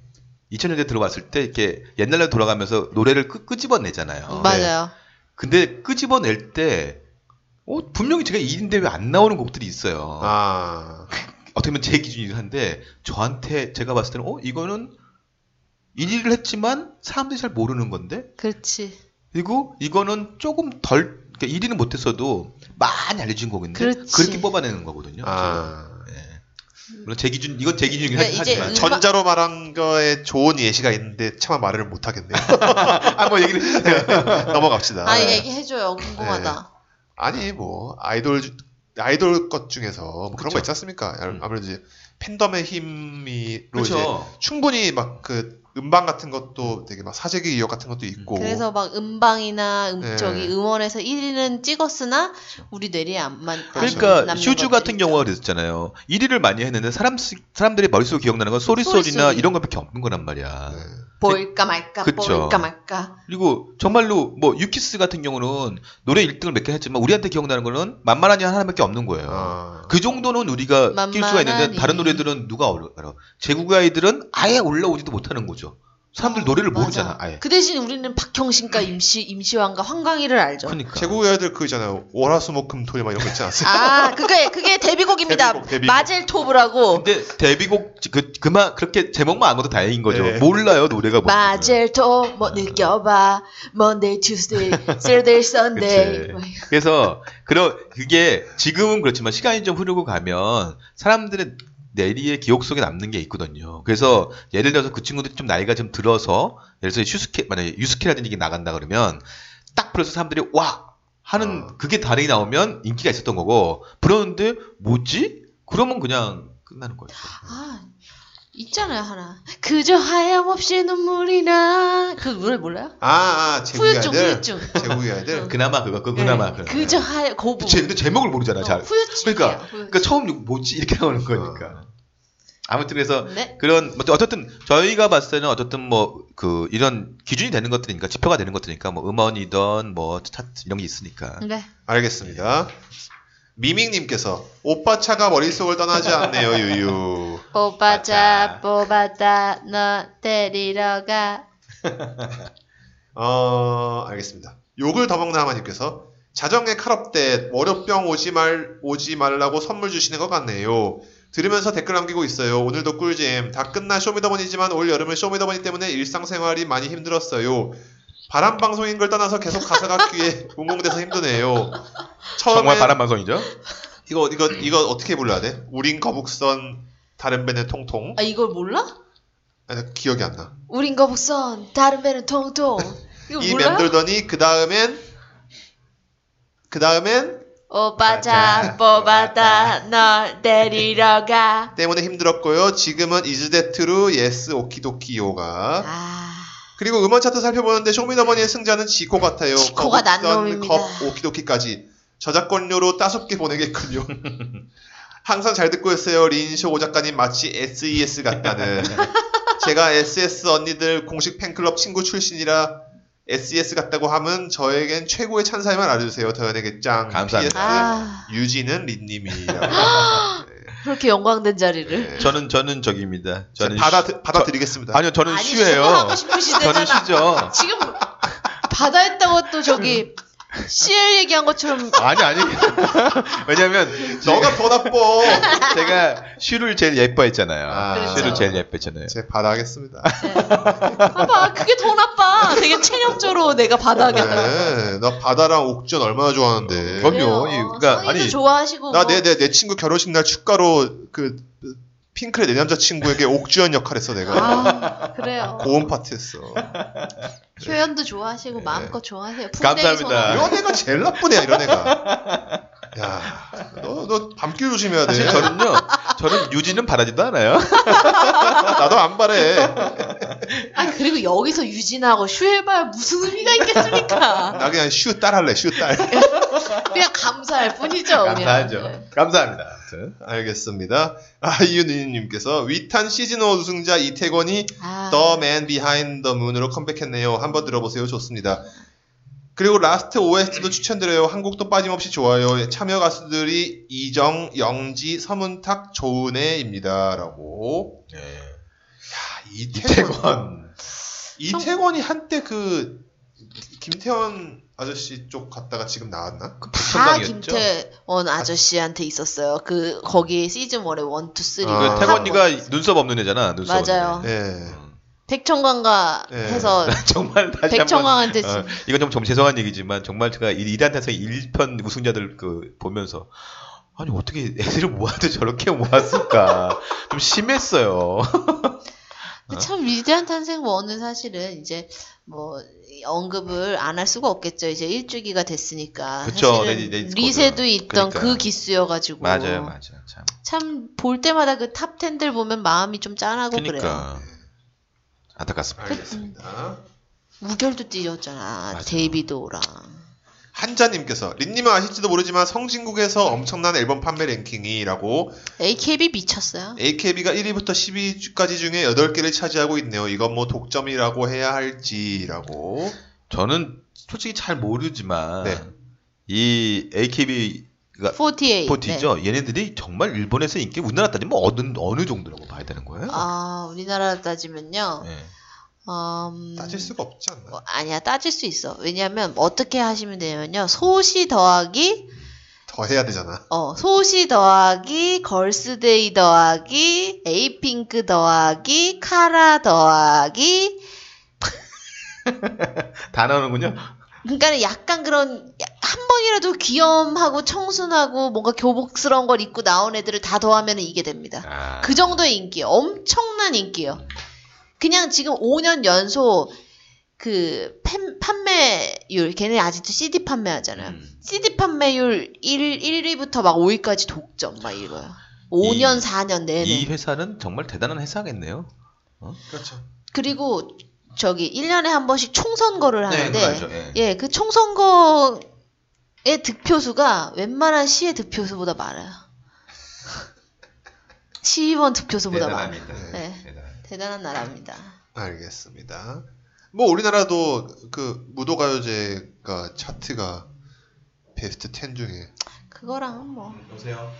[SPEAKER 3] 2000년대 들어왔을 때 이렇게 옛날로 돌아가면서 노래를 끄, 끄집어내잖아요.
[SPEAKER 5] 음, 맞아요.
[SPEAKER 3] 근데 끄집어낼 때 어, 분명히 제가 1인데 왜 안 나오는 곡들이 있어요.
[SPEAKER 4] 아.
[SPEAKER 3] 어떻게 보면 제 기준이긴 한데 저한테 제가 봤을 때는 어 이거는 1위를 했지만 사람들이 잘 모르는 건데
[SPEAKER 5] 그렇지.
[SPEAKER 3] 그리고 이거는 조금 덜 그러니까 1위는 못했어도 많이 알려진 곡인데
[SPEAKER 5] 그렇지.
[SPEAKER 3] 그렇게 뽑아내는 거거든요.
[SPEAKER 4] 아.
[SPEAKER 3] 물론 제 기준 이건 제 기준이긴
[SPEAKER 5] 그러니까 이제
[SPEAKER 3] 하지만
[SPEAKER 5] 음악-
[SPEAKER 4] 전자로 말한 거에 좋은 예시가 있는데 차마 말을 못 하겠네요.
[SPEAKER 3] 아뭐 얘기를
[SPEAKER 4] 넘어갑시다.
[SPEAKER 5] 아
[SPEAKER 3] 네.
[SPEAKER 5] 얘기해 줘요. 궁금하다.
[SPEAKER 4] 아니 뭐 아이돌 주- 아이돌 것 중에서 뭐 그런
[SPEAKER 3] 그쵸.
[SPEAKER 4] 거 있지 않습니까? 아-
[SPEAKER 3] 음.
[SPEAKER 4] 아무래도 이제 팬덤의 힘이로 이제
[SPEAKER 3] 그렇죠.
[SPEAKER 4] 충분히 막 그 음반 같은 것도 되게 막 사재기 의혹 같은 것도
[SPEAKER 3] 뭐.
[SPEAKER 4] 있고
[SPEAKER 5] 음, 그래서 막 음방이나 음,
[SPEAKER 4] 네.
[SPEAKER 5] 저기 음원에서 1위는 찍었으나 우리 뇌리에 안 맞.
[SPEAKER 3] 그러니까 슈즈 같은 경우가 그랬잖아요. 1위를 많이 했는데 사람 사람들이 머릿속에 기억나는 건 소리
[SPEAKER 5] 소리
[SPEAKER 3] 소리나
[SPEAKER 5] 소리.
[SPEAKER 3] 이런 것밖에 없는 거란 말이야.
[SPEAKER 4] 네.
[SPEAKER 5] 그러니까. 볼까 말까
[SPEAKER 3] 그쵸.
[SPEAKER 5] 볼까 말까.
[SPEAKER 3] 그리고 정말로 뭐 유키스 같은 경우는 노래 1등을 몇 개 했지만 우리한테 기억나는 거는 만만하니 하나밖에 없는 거예요.
[SPEAKER 4] 아,
[SPEAKER 3] 그 정도는 우리가 낄 수가 있는데
[SPEAKER 5] 만만하니.
[SPEAKER 3] 다른 노래들은 누가 알아? 제국 아이들은 아예 올라오지도 못하는 거죠. 사람들 노래를
[SPEAKER 5] 맞아.
[SPEAKER 3] 모르잖아. 아예. 음.
[SPEAKER 5] 그 대신 우리는 박형신과 임시 임시완과 황광희를 알죠.
[SPEAKER 3] 그러니까.
[SPEAKER 4] 제국 애들 그 있잖아요. 월화수목금토일 막 이런 거 있지 않습니까?
[SPEAKER 5] 아 그게 그게 데뷔곡입니다.
[SPEAKER 4] 데뷔곡, 데뷔곡.
[SPEAKER 5] 마젤토브라고.
[SPEAKER 3] 근데 데뷔곡 그 그만 그렇게 제목만 안 것도 다행인 거죠.
[SPEAKER 4] 네.
[SPEAKER 3] 몰라요 노래가 뭔지.
[SPEAKER 5] 마젤토 뭐 느껴봐 Monday, Tuesday, Saturday,
[SPEAKER 3] 음.
[SPEAKER 5] Sunday
[SPEAKER 3] 그치.
[SPEAKER 5] 뭐
[SPEAKER 3] 그래서 그런 그게 지금은 그렇지만 시간이 좀 흐르고 가면 사람들의 내리의 기억 속에 남는 게 있거든요. 그래서 예를 들어서 그 친구들이 좀 나이가 좀 들어서 예를 들어서 슈스케 만약에 유스케라든지 이게 나간다 그러면 딱 불러서 사람들이 와 하는
[SPEAKER 4] 어.
[SPEAKER 3] 그게 다르게 나오면 인기가 있었던 거고 부르는데 뭐지? 그러면 그냥 끝나는 거예요.
[SPEAKER 5] 아 있잖아요 하나 그저 하염없이 눈물이 나그 노래 몰라요?
[SPEAKER 4] 아, 아 제국
[SPEAKER 5] 후유증
[SPEAKER 4] 애들
[SPEAKER 5] 후유증
[SPEAKER 4] 제국 애들
[SPEAKER 3] 그나마 그거 그 그나마
[SPEAKER 5] 네.
[SPEAKER 3] 그거.
[SPEAKER 5] 그저 하염 고부
[SPEAKER 3] 제- 근데 제목을 모르잖아.
[SPEAKER 5] 어,
[SPEAKER 3] 잘.
[SPEAKER 5] 후유증이야
[SPEAKER 3] 그러니까,
[SPEAKER 5] 후유증.
[SPEAKER 3] 그러니까 처음 이거 뭐지 이렇게 나오는 거니까. 아무튼 그래서
[SPEAKER 5] 어. 네.
[SPEAKER 3] 그런 뭐 어쨌든 저희가 봤을 때는 어쨌든 뭐 그 이런 기준이 되는 것들이니까 지표가 되는 것들이니까 뭐 음원이든 뭐 차트 이런 게 있으니까
[SPEAKER 5] 네.
[SPEAKER 4] 알겠습니다. 미밍님께서 오빠 차가 머릿속을 떠나지 않네요 유유.
[SPEAKER 5] 뽑아자 뽑아다 너 데리러 가
[SPEAKER 4] 어, 알겠습니다. 욕을 더 먹는 하마님께서 자정에 칼업대 월요병 오지 말 오지 말라고 선물 주시는 것 같네요. 들으면서 댓글 남기고 있어요. 오늘도 꿀잼. 다 끝난 쇼미더머니지만 올 여름은 쇼미더머니 때문에 일상생활이 많이 힘들었어요. 바람 방송인 걸 떠나서 계속 가사가 귀에 웅웅대서 힘드네요.
[SPEAKER 3] 정말
[SPEAKER 4] 처음엔-
[SPEAKER 3] 바람 방송이죠.
[SPEAKER 4] 이거 이거 이거 어떻게 불러야 돼? 우린 거북선 다른 배는 통통.
[SPEAKER 5] 아 이걸 몰라?
[SPEAKER 4] 아니, 나 기억이 안 나.
[SPEAKER 5] 우린 거북선 다른 배는 통통 이거
[SPEAKER 4] 이
[SPEAKER 5] 몰라요?
[SPEAKER 4] 맴돌더니 그 다음엔 그 다음엔
[SPEAKER 5] 오빠자 뽑아다 널 데리러 가.
[SPEAKER 4] 때문에 힘들었고요. 지금은 is that true? yes,
[SPEAKER 3] 어?
[SPEAKER 4] 오키도키요가.
[SPEAKER 5] 아,
[SPEAKER 4] 그리고 음원 차트 살펴보는데 쇼미더머니의 승자는 지코 같아요.
[SPEAKER 5] 지코가 난
[SPEAKER 4] 거북선,
[SPEAKER 5] 놈입니다.
[SPEAKER 4] 겁, 오키도키까지. 저작권료로 따숩게 보내겠군요. 항상 잘 듣고 있어요. 린쇼고 작가님 마치 SES 같다는. 제가 SS 언니들 공식 팬클럽 친구 출신이라 SES 같다고 하면 저에겐 최고의 찬사에만 알아주세요. 더 연예계 짱.
[SPEAKER 3] 감사합니다.
[SPEAKER 5] 아
[SPEAKER 4] PS, 유지는 린님이라고.
[SPEAKER 5] 그렇게 영광된 자리를.
[SPEAKER 3] 네. 저는 저는 저기입니다. 저는
[SPEAKER 4] 받아
[SPEAKER 3] 쉬-
[SPEAKER 4] 받아드리겠습니다.
[SPEAKER 3] 아니요 저는
[SPEAKER 5] 아니,
[SPEAKER 3] 쉬예요.
[SPEAKER 5] 하고 싶으시대잖아.
[SPEAKER 3] 저는 쉬죠.
[SPEAKER 5] 지금 바다했다고 또 저기 CL 얘기한 것처럼
[SPEAKER 3] 아니 아니 왜냐면
[SPEAKER 4] 너가 더 나빠.
[SPEAKER 3] 제가 슈를 제일 네. 예뻐했잖아요.
[SPEAKER 4] 아,
[SPEAKER 5] 그렇죠.
[SPEAKER 3] 슈를 제일 예뻐했잖아요.
[SPEAKER 4] 제
[SPEAKER 3] 네.
[SPEAKER 5] 네.
[SPEAKER 4] 바라겠습니다.
[SPEAKER 5] 봐봐 그게 더 나빠. 되게 체력적으로 내가 바다하겠다.
[SPEAKER 4] 네. 네, 나 바다랑 옥전 얼마나 좋아하는데.
[SPEAKER 3] 그럼요.
[SPEAKER 5] 그래요.
[SPEAKER 3] 이- 그러니까,
[SPEAKER 5] 성인도
[SPEAKER 3] 아니,
[SPEAKER 5] 좋아하시고
[SPEAKER 4] 나
[SPEAKER 5] 뭐-
[SPEAKER 4] 내 내 내 친구 결혼식 날 축가로 그 핑클의 내 남자 친구에게 옥주현 역할했어 내가.
[SPEAKER 5] 아, 그래요.
[SPEAKER 4] 고음 파트 했어.
[SPEAKER 5] 표현도 좋아하시고
[SPEAKER 4] 네.
[SPEAKER 5] 마음껏 좋아하세요.
[SPEAKER 3] 감사합니다.
[SPEAKER 5] 풍뎅이
[SPEAKER 4] 이런 애가 제일 나쁜 애야 이런 애가. 야, 너 너 밤길 조심해야 돼.
[SPEAKER 3] 사실 저는요, 저는 유지는 바라지도 않아요.
[SPEAKER 4] 나도 안 바래.
[SPEAKER 5] 손. 아 그리고 여기서 유진하고 슈해봐야 무슨 의미가 있겠습니까?
[SPEAKER 4] 나 그냥 슈 딸할래 슈 딸.
[SPEAKER 5] 그냥 감사할 뿐이죠. 그냥. 네.
[SPEAKER 3] 감사하죠. 감사합니다. 아무튼.
[SPEAKER 4] 알겠습니다. 아, 이윤희님께서 위탄 시즌 5 우승자 이태권이
[SPEAKER 5] 아,
[SPEAKER 4] The Man Behind the Moon으로 컴백했네요. 한번 들어보세요. 좋습니다. 그리고 라스트 OST도 추천드려요. 한 곡도 빠짐없이 좋아요. 참여 가수들이 이정, 영지, 서문탁, 조은혜입니다. 라고.
[SPEAKER 3] 예.
[SPEAKER 4] 아, 이태권. 이태권이 한때 그 김태원 아저씨 쪽 갔다가 지금 나왔나?
[SPEAKER 5] 그 다
[SPEAKER 3] 부천당이었죠?
[SPEAKER 5] 김태원 아저씨한테 있었어요. 그 거기 시즌 1에 1, 2, 3.
[SPEAKER 4] 아.
[SPEAKER 3] 그 태권이가 눈썹 없는 애잖아. 눈썹
[SPEAKER 5] 맞아요.
[SPEAKER 3] 없는 애.
[SPEAKER 4] 예.
[SPEAKER 5] 백청관과
[SPEAKER 4] 예.
[SPEAKER 5] 해서
[SPEAKER 3] 정말 네. 다시 한번
[SPEAKER 5] 백청왕한테
[SPEAKER 3] 어, 이건 좀, 좀 죄송한 얘기지만 정말 제가 이- 이단 탄생 1편 우승자들 그 보면서 아니 어떻게 애들을 모아도 저렇게 모았을까 좀 심했어요. 어?
[SPEAKER 5] 근데 그 참 위대한 탄생 원은 사실은 이제 뭐 언급을 안 할 수가 없겠죠. 이제 일주기가 됐으니까.
[SPEAKER 3] 그쵸,
[SPEAKER 5] 사실은
[SPEAKER 3] 레디- 레디스
[SPEAKER 5] 리세도
[SPEAKER 3] 코드.
[SPEAKER 5] 있던 그
[SPEAKER 3] 그러니까요.
[SPEAKER 5] 기수여가지고.
[SPEAKER 3] 맞아요, 맞아요. 참.
[SPEAKER 5] 참 볼 때마다 그 탑 10들 보면 마음이 좀 짠하고 그래요
[SPEAKER 3] 그러니까 안타깝습니다.
[SPEAKER 4] 알겠습니다.
[SPEAKER 5] 우결도 뛰었잖아.
[SPEAKER 3] 맞아.
[SPEAKER 5] 데이비도랑.
[SPEAKER 4] 한자님께서 린님은 아실지도 모르지만 성진국에서 엄청난 앨범 판매 랭킹이라고
[SPEAKER 5] AKB 미쳤어요.
[SPEAKER 4] AKB가 1위부터 10위까지 중에 8개를 차지하고 있네요. 이건 뭐 독점이라고 해야 할지라고.
[SPEAKER 3] 저는 솔직히 잘 모르지만
[SPEAKER 4] 네.
[SPEAKER 3] 이 AKB가
[SPEAKER 5] 48. 네.
[SPEAKER 3] 포티죠. 얘네들이 정말 일본에서 인기 우리나라 따지면 뭐 어느 어느 정도라고 봐야 되는 거예요?
[SPEAKER 5] 아, 우리나라 따지면요.
[SPEAKER 3] 예.
[SPEAKER 5] 음,
[SPEAKER 4] 따질 수가 없지 않나.
[SPEAKER 5] 뭐, 아니야, 따질 수 있어. 왜냐면 어떻게 하시면 되냐면요. 소시 더하기
[SPEAKER 4] 더 해야 되잖아.
[SPEAKER 5] 어, 소시 더하기, 걸스데이 더하기, 에이핑크 더하기, 카라 더하기.
[SPEAKER 3] 다 나오는군요.
[SPEAKER 5] 그러니까 약간 그런, 야- 한 번이라도 귀염하고 청순하고 뭔가 교복스러운 걸 입고 나온 애들을 다 더하면 이게 됩니다.
[SPEAKER 3] 아.
[SPEAKER 5] 그 정도의 인기예요. 엄청난 인기예요. 그냥 지금 5년 연속 그 팬- 판매율, 걔네 아직도 CD 판매하잖아요.
[SPEAKER 3] 음.
[SPEAKER 5] CD 판매율 1, 1위부터 막 5위까지 독점 막 이거요. 5년, 4년 내내.
[SPEAKER 3] 이 회사는 정말 대단한 회사겠네요.
[SPEAKER 4] 그렇죠.
[SPEAKER 5] 그리고 저기 1년에 한 번씩 총선거를
[SPEAKER 3] 네,
[SPEAKER 5] 하는데
[SPEAKER 3] 그거 알죠. 예.
[SPEAKER 5] 예, 그 총선거의 득표수가 웬만한 시의 득표수보다 많아요. 시의원 득표수보다 많아요. 네.
[SPEAKER 3] 대단합니다.
[SPEAKER 5] 대단한 나라입니다.
[SPEAKER 4] 알겠습니다. 뭐 우리나라도 그 무도가요제가 차트가 베스트 10 중에
[SPEAKER 5] 그거랑은 뭐
[SPEAKER 3] 보세요.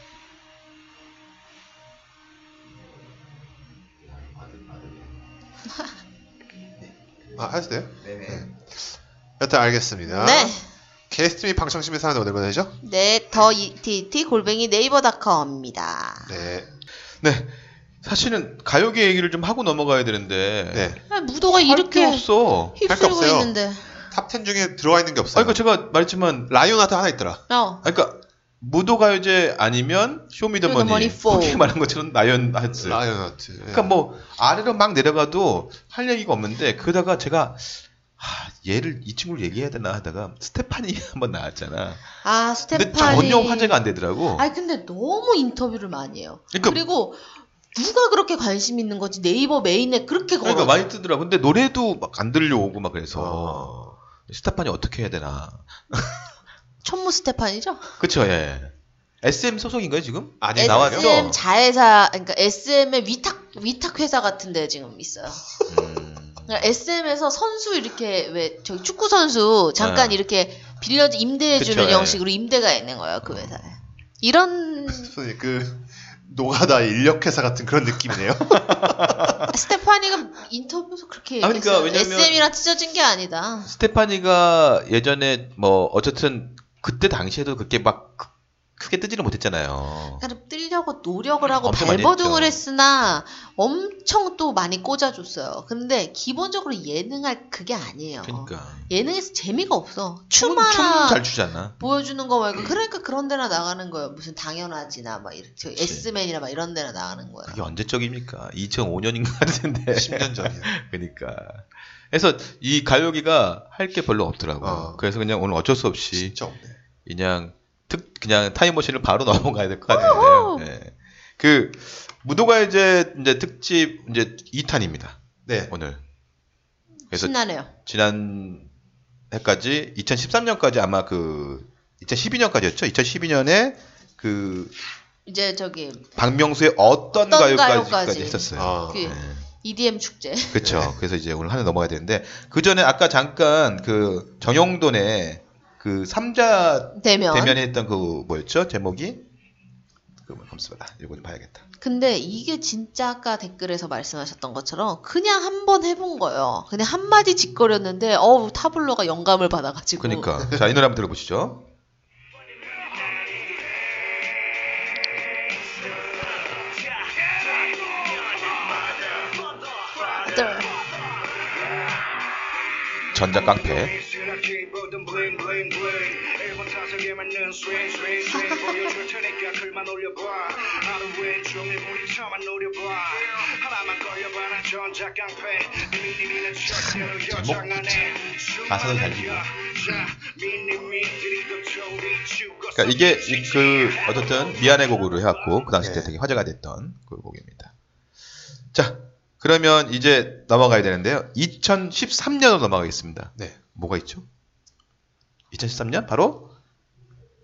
[SPEAKER 4] 아 하셔도 돼요?
[SPEAKER 3] 네네.
[SPEAKER 4] 여튼 알겠습니다.
[SPEAKER 5] 네.
[SPEAKER 4] 게스트 및 방청심의 사연을 어디로 보내죠?
[SPEAKER 5] 네, 더 이티티 골뱅이 네이버닷컴입니다.
[SPEAKER 4] 네.
[SPEAKER 3] 사실은 가요계 얘기를 좀 하고 넘어가야 되는데
[SPEAKER 4] 네.
[SPEAKER 5] 아, 무도가
[SPEAKER 3] 이렇게
[SPEAKER 5] 이렇게
[SPEAKER 3] 없어.
[SPEAKER 4] 할게
[SPEAKER 5] 휩쓸고
[SPEAKER 4] 없어요.
[SPEAKER 5] 있는데.
[SPEAKER 4] 탑 10 중에 들어와 있는 게 없어요.
[SPEAKER 3] 아 그러니까 제가 말했지만
[SPEAKER 4] 라이온한테 하나 있더라.
[SPEAKER 3] 아,
[SPEAKER 5] 어.
[SPEAKER 3] 그러니까 무도 가요제 아니면 쇼미더머니
[SPEAKER 5] 쇼미더머니 포.
[SPEAKER 3] 그렇게 말한 것처럼 나연 하츠.
[SPEAKER 4] 라이온한테. 예.
[SPEAKER 3] 그러니까 뭐 아래로 막 내려가도 할 얘기가 없는데 그러다가 제가 하, 얘를 이 친구를 얘기해야 되나 하다가 스테파니 한번 나왔잖아.
[SPEAKER 5] 아,
[SPEAKER 3] 근데
[SPEAKER 5] 스테파니.
[SPEAKER 3] 전혀 화제가 안 되더라고.
[SPEAKER 5] 아니 근데 너무 인터뷰를 많이 해요.
[SPEAKER 3] 그러니까-
[SPEAKER 5] 그리고 누가 그렇게 관심 있는 건지 네이버 메인에 그렇게 걸어.
[SPEAKER 3] 그러니까 많이 뜨더라고. 근데 노래도 막 안 들려오고 막 그래서
[SPEAKER 4] 어.
[SPEAKER 3] 스테파니 어떻게 해야 되나.
[SPEAKER 5] 천무 스테판이죠?
[SPEAKER 3] 그쵸 예. SM 소속인가요 지금?
[SPEAKER 4] 아니
[SPEAKER 5] SM
[SPEAKER 4] 나왔죠.
[SPEAKER 3] 나왔죠?
[SPEAKER 5] 자회사 그러니까 SM의 위탁 위탁 회사 같은데 지금 있어요.
[SPEAKER 3] 음.
[SPEAKER 5] SM에서 그러니까 선수 이렇게 왜 저기 축구 선수 잠깐
[SPEAKER 3] 네.
[SPEAKER 5] 이렇게 빌려 임대해 주는
[SPEAKER 3] 그쵸, 예.
[SPEAKER 5] 형식으로 임대가 있는 거예요 그 회사에. 이런
[SPEAKER 4] 선생님 그 노가다 인력회사 같은 그런 느낌이네요.
[SPEAKER 5] 스테파니가 인터뷰에서 그렇게
[SPEAKER 3] 아, 그러니까
[SPEAKER 5] 얘기했어요.
[SPEAKER 3] 왜냐면-
[SPEAKER 5] SM이랑 찢어진 게 아니다.
[SPEAKER 3] 스테파니가 예전에 뭐 어쨌든 그때 당시에도 그렇게 막 그- 크게 뜨지는 못했잖아요.
[SPEAKER 5] 그러니까 뜨려고 노력을 하고
[SPEAKER 3] 엄청 많이
[SPEAKER 5] 발버둥을
[SPEAKER 3] 했죠.
[SPEAKER 5] 했으나 엄청 또 많이 꽂아줬어요. 근데 기본적으로 예능할 그게 아니에요.
[SPEAKER 3] 그러니까
[SPEAKER 5] 예능에서 재미가 없어. 춤 하나
[SPEAKER 3] 춤잘 추잖아.
[SPEAKER 5] 보여주는 거 말고 그러니까 그런 데나 나가는 거예요. 무슨 당연하지나 막 이렇게 저 S맨이나 막 이런 데나 나가는 거예요.
[SPEAKER 3] 그게 언제적입니까? 2005년인 것 같은데.
[SPEAKER 4] 10년 전이야.
[SPEAKER 3] 그러니까. 그래서 이 가요기가 할 게 별로 없더라고요.
[SPEAKER 4] 어.
[SPEAKER 3] 그래서 그냥 오늘 어쩔 수 없이
[SPEAKER 4] 진짜 없네.
[SPEAKER 3] 그냥 특 그냥 타임머신을 바로 넘어가야 될 것 같은데요. 예. 그 무도가 이제 이제 특집 이제 2탄입니다.
[SPEAKER 4] 네.
[SPEAKER 3] 오늘. 그래서
[SPEAKER 5] 신나네요.
[SPEAKER 3] 지난 해까지 2013년까지 아마 그 2012년까지였죠. 2012년에 그
[SPEAKER 5] 이제 저기
[SPEAKER 3] 박명수의 어떤,
[SPEAKER 5] 어떤
[SPEAKER 3] 가요까지까지 예.
[SPEAKER 5] 가요까지.
[SPEAKER 3] 했었어요. 네.
[SPEAKER 4] 아,
[SPEAKER 5] 그 EDM 축제.
[SPEAKER 3] 그렇죠. 그래서 이제 오늘 하나 넘어가야 되는데 그 전에 아까 잠깐 그 정용돈의 그 삼자
[SPEAKER 5] 대면.
[SPEAKER 3] 대면에 했던 그 뭐였죠? 제목이 그 검수봐라. 이거 좀 봐야겠다.
[SPEAKER 5] 근데 이게 진짜 아까 댓글에서 말씀하셨던 것처럼 그냥 한 번 해본 거예요. 그냥 한마디 짓거렸는데 어우 타블로가 영감을 받아가지고
[SPEAKER 3] 그러니까 자 이 노래 한번 들어보시죠.
[SPEAKER 5] 뜰.
[SPEAKER 3] 전자 깡패.
[SPEAKER 1] 제목 가사도 잘 지고
[SPEAKER 3] 그러니까 이게 이- 그 어쨌든 미안해 곡으로 해왔고 그 당시 때
[SPEAKER 4] 네.
[SPEAKER 3] 되게 화제가 됐던 그 곡입니다. 자 그러면 이제 넘어가야 되는데요. 2013년으로 넘어가겠습니다.
[SPEAKER 4] 네.
[SPEAKER 3] 뭐가 있죠? 2013년 바로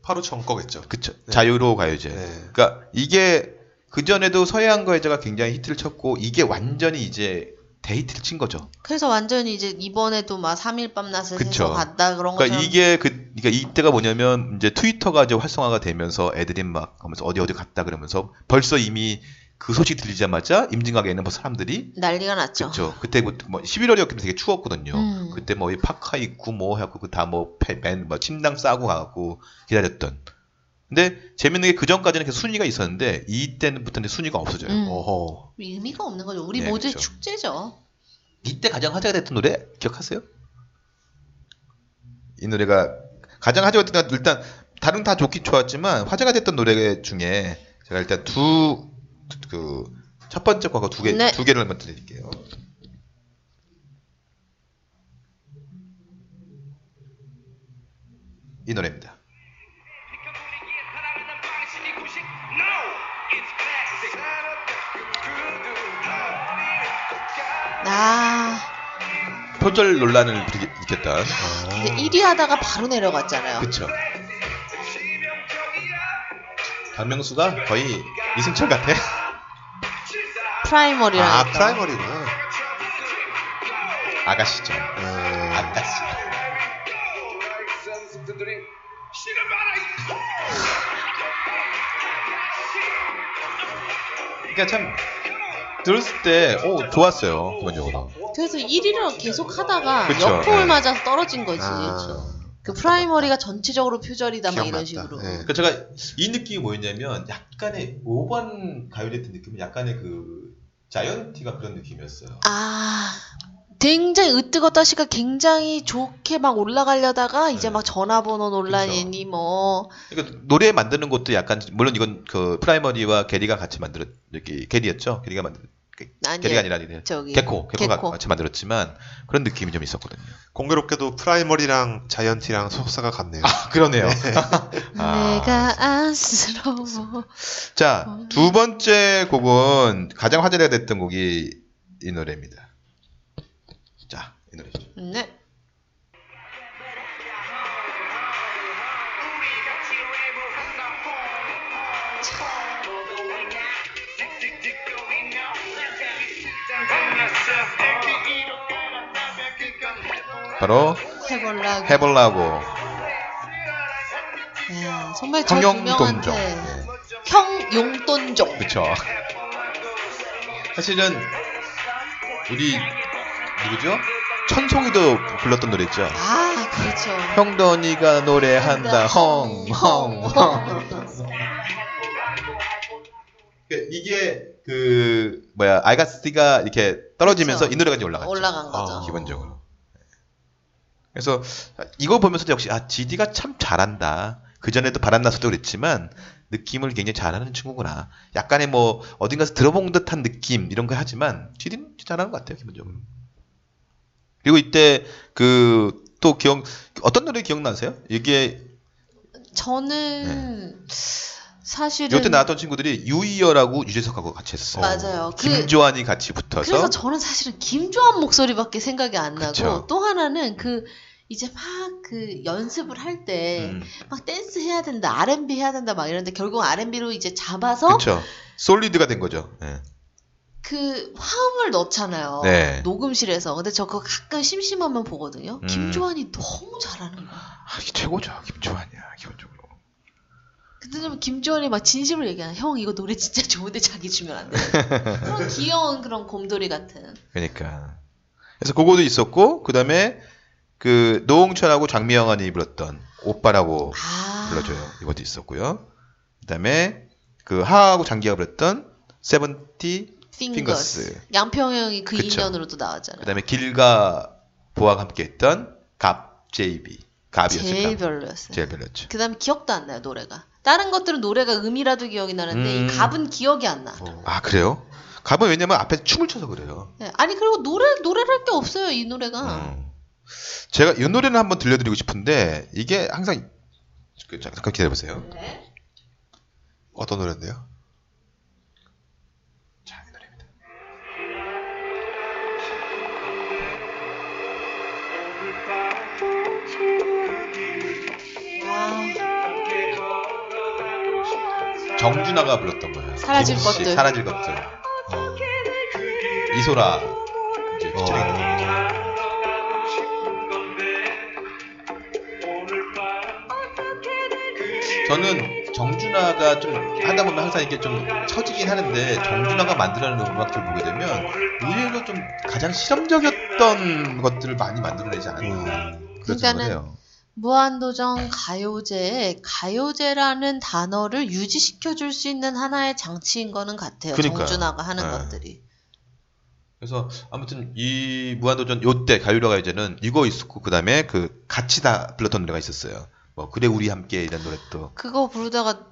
[SPEAKER 4] 바로 전 거겠죠.
[SPEAKER 3] 그쵸 자유로 가요제.
[SPEAKER 4] 네.
[SPEAKER 3] 그러니까 이게 그 전에도 서해안 가요제가 굉장히 히트를 쳤고 이게 완전히 이제 데이트를 친 거죠.
[SPEAKER 5] 그래서 완전히 이제 이번에도 막 3일 밤낮을
[SPEAKER 3] 그쵸.
[SPEAKER 5] 해서 갔다 그런
[SPEAKER 3] 그러니까
[SPEAKER 5] 것처럼
[SPEAKER 3] 이게 그 그러니까 이때가 뭐냐면 이제 트위터가 이제 활성화가 되면서 애들이 막 하면서 어디 어디 갔다 그러면서 벌써 이미 그 소식 들리자마자 임진각에 있는 뭐 사람들이
[SPEAKER 5] 난리가 났죠.
[SPEAKER 3] 그렇죠. 그때 뭐 11월이었기 때문에 되게 추웠거든요.
[SPEAKER 5] 음.
[SPEAKER 3] 그때 뭐이 파카 입고 뭐 하고 그다뭐팬뭐 침낭 싸고 가고 기다렸던. 근데 재밌는 게 그 전까지는 계속 순위가 있었는데 이때부터는 순위가 없어져요.
[SPEAKER 5] 음.
[SPEAKER 3] 어허.
[SPEAKER 5] 의미가 없는 거죠. 우리
[SPEAKER 3] 네,
[SPEAKER 5] 모두의
[SPEAKER 3] 그쵸.
[SPEAKER 5] 축제죠.
[SPEAKER 3] 이때 가장 화제가 됐던 노래 기억하세요? 이 노래가 가장 화제가 됐던 건 일단 다른 다 좋긴 좋았지만 화제가 됐던 노래 중에 제가 일단 두 그 첫 번째 과거 두 개 두
[SPEAKER 5] 네.
[SPEAKER 3] 개를 한번 드릴게요. 이 노래입니다.
[SPEAKER 5] 아,
[SPEAKER 3] 표절 논란을 일으- 일으켰던 아.
[SPEAKER 5] 근데 1위 하다가 바로 내려갔잖아요.
[SPEAKER 3] 그쵸. 박명수가 거의 이승철 같아.
[SPEAKER 5] 프라이머리라는
[SPEAKER 4] 아,
[SPEAKER 5] 거.
[SPEAKER 4] 프라이머리구나.
[SPEAKER 3] 아가씨죠.
[SPEAKER 4] 음,
[SPEAKER 3] 아가씨. 그러니까 참 들었을 때, 오 좋았어요 기본적으로.
[SPEAKER 5] 그래서 1위를 계속 하다가
[SPEAKER 3] 그쵸.
[SPEAKER 5] 역풍을
[SPEAKER 3] 네.
[SPEAKER 5] 맞아서 떨어진 거지.
[SPEAKER 4] 아,
[SPEAKER 5] 그 프라이머리가 전체적으로 표절이다 막 이런
[SPEAKER 4] 기억났다.
[SPEAKER 5] 식으로.
[SPEAKER 4] 예.
[SPEAKER 3] 그러니까 제가 이 느낌이 뭐였냐면 약간의 5번 가요제트 느낌은 약간의 그 자이언티가 그런 느낌이었어요.
[SPEAKER 5] 아, 굉장히 으뜨거 따시가 굉장히 좋게 막 올라가려다가 이제
[SPEAKER 3] 네.
[SPEAKER 5] 막 전화번호 논란이니 뭐
[SPEAKER 3] 그러니까 노래 만드는 것도 약간 물론 이건 그 프라이머리와 게리가 같이 만들었 이렇게 게리였죠. 게리가 만들
[SPEAKER 5] 아니
[SPEAKER 3] 게리가 아니라 아니네.
[SPEAKER 5] 저기
[SPEAKER 3] 개코 개코가
[SPEAKER 5] 개코. 네.
[SPEAKER 3] 같이 만들었지만 그런 느낌이 좀 있었거든요.
[SPEAKER 4] 공교롭게도 프라이머리랑 자이언티랑 소속사가 같네요.
[SPEAKER 3] 그러네요. 아.
[SPEAKER 5] 내가 안쓰러워.
[SPEAKER 3] 자,
[SPEAKER 5] 어.
[SPEAKER 3] 두 번째 곡은 가장 화제가 됐던 곡이 이 노래입니다. 자, 이 노래죠.
[SPEAKER 5] 네.
[SPEAKER 3] 바로
[SPEAKER 5] 해볼라고.
[SPEAKER 3] 해볼라고
[SPEAKER 5] 야, 네. 정말 저
[SPEAKER 3] 성형돈종.
[SPEAKER 5] 유명한데 형 용돈종.
[SPEAKER 3] 그렇죠. 사실은 우리 누구죠? 천송이도 불렀던 노래 있죠.
[SPEAKER 5] 아 그렇죠.
[SPEAKER 3] 형돈이가 노래한다. 헝, 헝, 헝. 이게 그 뭐야 알가스티가 이렇게 떨어지면서
[SPEAKER 5] 그쵸.
[SPEAKER 3] 이 노래가 이제 올라갔죠.
[SPEAKER 5] 올라간 거죠.
[SPEAKER 3] 아, 기본적으로. 그래서 이거 보면서도 역시 아 GD가 참 잘한다. 그 전에도 바람나서도 그랬지만 느낌을 굉장히 잘하는 친구구나. 약간의 뭐 어딘가서 들어본 듯한 느낌 이런 거 하지만 GD는 잘하는 것 같아요 기본적으로. 그리고 이때 그 또 기억 어떤 노래 기억나세요? 이게
[SPEAKER 5] 저는 사실은
[SPEAKER 3] 이때 나왔던 친구들이 유이어라고 유재석하고 같이 했었어요.
[SPEAKER 5] 맞아요. 그-
[SPEAKER 3] 김조한이 같이 붙어서
[SPEAKER 5] 그래서 저는 사실은 김조한 목소리밖에 생각이 안 나고
[SPEAKER 3] 그쵸.
[SPEAKER 5] 또 하나는 그 이제 막 그 연습을 할 때 막
[SPEAKER 3] 음,
[SPEAKER 5] 댄스 해야 된다, R&B 해야 된다 막 이러는데 결국 R&B로 이제 잡아서 그
[SPEAKER 3] 그쵸. 솔리드가 된 거죠. 네.
[SPEAKER 5] 그 화음을 넣잖아요.
[SPEAKER 3] 네.
[SPEAKER 5] 녹음실에서. 근데 저 그거 가끔 심심하면 보거든요.
[SPEAKER 3] 음.
[SPEAKER 5] 김조한이 너무 잘하는 거야.
[SPEAKER 3] 아, 이게 최고죠. 김조한이야 기본적으로.
[SPEAKER 5] 근데 좀 김조한이 막 진심을 얘기하는 형 이거 노래 진짜 좋은데 자기 주면 안 돼. 그런 귀여운 그런 곰돌이 같은.
[SPEAKER 3] 그러니까. 그래서 그거도 있었고 그다음에 그 노홍철하고 장미영환이 불렀던 오빠라고
[SPEAKER 5] 아.
[SPEAKER 3] 불러줘요. 이것도 있었고요. 그다음에 그 하하하고 장기가 불렀던 세븐티 핑거스.
[SPEAKER 5] 핑거스. 양평형이 그
[SPEAKER 3] 그쵸.
[SPEAKER 5] 인연으로 또 나왔잖아요.
[SPEAKER 3] 그다음에 길과 보아가 함께했던 갑 JB 갑이었을
[SPEAKER 5] 제일
[SPEAKER 3] 겁니다.
[SPEAKER 5] 별로였어요.
[SPEAKER 3] 제일 별로였죠.
[SPEAKER 5] 그다음에 기억도 안 나요 노래가. 다른 것들은 노래가 음이라도 기억이 나는데
[SPEAKER 3] 음.
[SPEAKER 5] 이 갑은 기억이 안 나.
[SPEAKER 3] 아 그래요? 갑은 왜냐면 앞에 춤을 춰서 그래요.
[SPEAKER 5] 네, 아니 그리고 노래 노래를 할 게 없어요 이 노래가.
[SPEAKER 3] 음. 제가 이 노래는 한번 들려드리고 싶은데 이게 항상 그, 자, 잠깐 기다려보세요.
[SPEAKER 4] 어떤 노래인데요?
[SPEAKER 5] 와,
[SPEAKER 3] 정준하가 불렀던 거예요.
[SPEAKER 5] 사라질
[SPEAKER 3] 김씨,
[SPEAKER 5] 것들.
[SPEAKER 3] 사라질 것들. 이소라 이제 피처링. 저는 정준하가 좀 하다 보면 항상 이렇게 좀 처지긴 하는데 정준하가 만들어내는 음악들 보게 되면 의외로 좀 가장 실험적이었던 것들을 많이 만들어내지 않았나 그런
[SPEAKER 5] 그러니까는
[SPEAKER 3] 생각을 해요.
[SPEAKER 5] 무한도전 가요제에 가요제라는 단어를 유지시켜 줄 수 있는 하나의 장치인 거는 같아요.
[SPEAKER 3] 그러니까요.
[SPEAKER 5] 정준하가 하는
[SPEAKER 3] 네.
[SPEAKER 5] 것들이.
[SPEAKER 3] 그래서 아무튼 이 무한도전 요때 가요라가 이제는 이거 있었고 그다음에 그 같이 다 불렀던 노래가 있었어요. 뭐 그래 우리 함께 이런 노래도
[SPEAKER 5] 그거 부르다가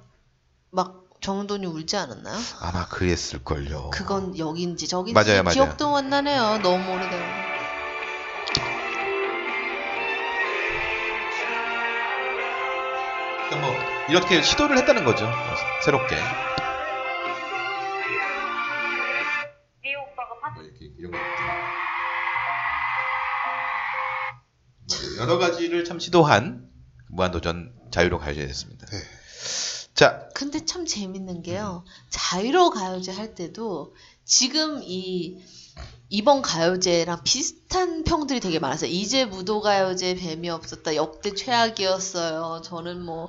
[SPEAKER 5] 막 정돈이 울지 않았나요?
[SPEAKER 3] 아마 그랬을 걸요.
[SPEAKER 5] 그건 여긴지 저긴지
[SPEAKER 3] 어. 맞아요, 맞아요.
[SPEAKER 5] 기억도 안 나네요. 너무 오래돼요.
[SPEAKER 3] 그러니까 뭐 이렇게 시도를 했다는 거죠. 새롭게
[SPEAKER 1] 네 오빠가 파
[SPEAKER 3] 뭐 이렇게 이런 거. 여러 가지를 참 시도한 무한도전 자유로 가요제였습니다.
[SPEAKER 4] 네.
[SPEAKER 3] 자,
[SPEAKER 5] 근데 참 재밌는
[SPEAKER 3] 음.
[SPEAKER 5] 게요. 자유로 가요제 할 때도 지금 이 이번 가요제랑 비슷한 평들이 되게 많았어요. 이제 무도 가요제 뱀이 없었다. 역대 최악이었어요. 저는 뭐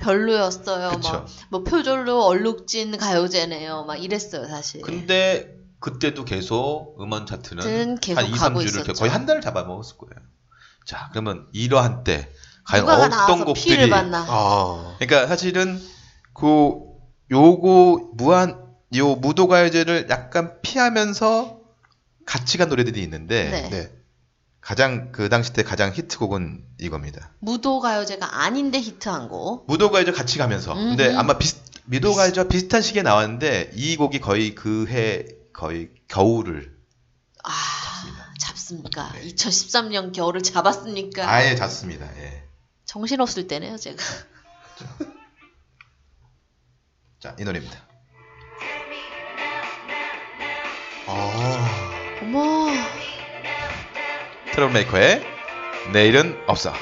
[SPEAKER 5] 별로였어요.
[SPEAKER 3] 그쵸.
[SPEAKER 5] 막, 뭐 표절로 얼룩진 가요제네요. 막 이랬어요, 사실.
[SPEAKER 3] 그 근데 그때도 계속 음원 차트는
[SPEAKER 5] 는 계속
[SPEAKER 3] 한 2,
[SPEAKER 5] 가고
[SPEAKER 3] 3주를
[SPEAKER 5] 있었죠.
[SPEAKER 3] 거의 한 달을 잡아먹었을 거예요. 자, 그러면 이러한 때 과연
[SPEAKER 5] 누가가
[SPEAKER 3] 어떤
[SPEAKER 5] 나와서 피를
[SPEAKER 3] 곡들이 어.
[SPEAKER 5] 봤나?
[SPEAKER 4] 아,
[SPEAKER 3] 그러니까 사실은 그 요거 무한 요 무도가요제를 약간 피하면서 같이 간 노래들이 있는데
[SPEAKER 5] 네.
[SPEAKER 4] 네.
[SPEAKER 3] 가장 그 당시 때 가장 히트곡은 이겁니다.
[SPEAKER 5] 무도 가요제가 아닌데 히트한 곡.
[SPEAKER 3] 무도가요제 같이 가면서 근데
[SPEAKER 5] 음흠.
[SPEAKER 3] 아마 비슷 미도가요제와 비슷한 시기에 나왔는데 이 곡이 거의 그 해 거의 겨울을
[SPEAKER 5] 아, 잡습니까? 2013년 겨울을 잡았습니까?
[SPEAKER 3] 네. 아예 잤습니다. 예.
[SPEAKER 5] 정신없을 때네요, 제가.
[SPEAKER 3] 자, 이 노래입니다.
[SPEAKER 4] 아.
[SPEAKER 5] 어머.
[SPEAKER 3] 트러블메이커의 내일은 없어.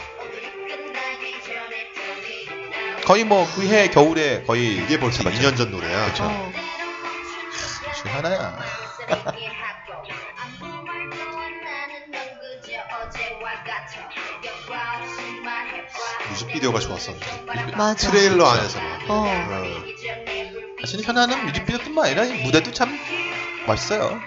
[SPEAKER 3] 거의 뭐 그 해 겨울에 거의
[SPEAKER 4] 이게 벌써
[SPEAKER 3] 잡았죠.
[SPEAKER 4] 2년 전 노래야.
[SPEAKER 3] 그쵸.
[SPEAKER 5] 어.
[SPEAKER 3] 역시 하나야.
[SPEAKER 4] 뮤직비디오가 좋았었는데.
[SPEAKER 5] 맞아.
[SPEAKER 4] 트레일러 안에서 막.
[SPEAKER 5] 어.
[SPEAKER 4] 어.
[SPEAKER 3] 사실 현아는 뮤직비디오뿐만 아니라 이 무대도 참 멋있어요.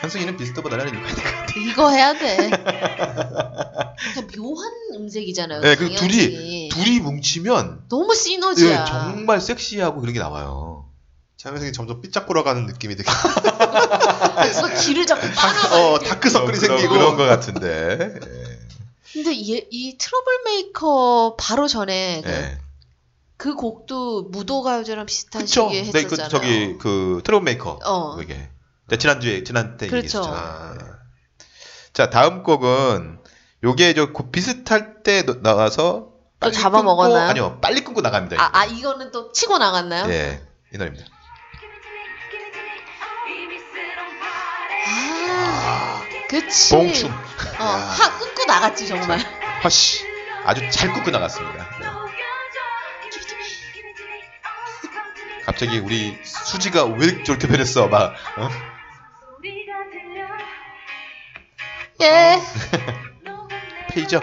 [SPEAKER 3] 현승이는 비스트보다 나는 이거 같아.
[SPEAKER 5] 이거 해야 돼. 그냥 묘한 음색이잖아요.
[SPEAKER 3] 네, 그
[SPEAKER 5] 강연이.
[SPEAKER 3] 둘이 둘이 뭉치면
[SPEAKER 5] 너무
[SPEAKER 3] 예,
[SPEAKER 5] 그렇죠. 시너지야.
[SPEAKER 3] 정말 섹시하고 그런 게 나와요.
[SPEAKER 4] 장현석이 점점 삐짝 굴어가는 느낌이 되게
[SPEAKER 5] 그래서 길을 잡고
[SPEAKER 4] 어,
[SPEAKER 5] 따라가요.
[SPEAKER 4] 다크서클이
[SPEAKER 3] 그런-
[SPEAKER 4] 생기고
[SPEAKER 3] 그런 것 같은데.
[SPEAKER 5] 근데 얘- 이 트러블 메이커 바로 전에
[SPEAKER 3] 예. 예.
[SPEAKER 5] 그 곡도 무도가요제랑 비슷한
[SPEAKER 3] 그쵸.
[SPEAKER 5] 시기에
[SPEAKER 3] 네, 그
[SPEAKER 5] 그렇죠. 했었잖아요.
[SPEAKER 3] 저기 그 트롯메이커
[SPEAKER 5] 어.
[SPEAKER 3] 그게. 네, 지난주에 지난 때
[SPEAKER 5] 그렇죠.
[SPEAKER 3] 얘기했었잖아요. 예. 자, 다음 곡은 요게 저그 비슷할 때 너- 나가서
[SPEAKER 5] 또
[SPEAKER 3] 빨리
[SPEAKER 5] 잡아먹었나요?
[SPEAKER 3] 끊고- 아니요, 빨리 끊고 나갑니다.
[SPEAKER 5] 아, 아 이거는 또 치고 나갔나요?
[SPEAKER 3] 예, 이 노래입니다.
[SPEAKER 5] 아, 그치.
[SPEAKER 3] 봉춤.
[SPEAKER 5] 어, 하 끊고 나갔지 정말.
[SPEAKER 3] 허씨, 아주 잘 끊고 나갔습니다. 네. 갑자기 우리 수지가 왜 저렇게 변했어? 막 어?
[SPEAKER 5] 예.
[SPEAKER 3] 어. 페이저.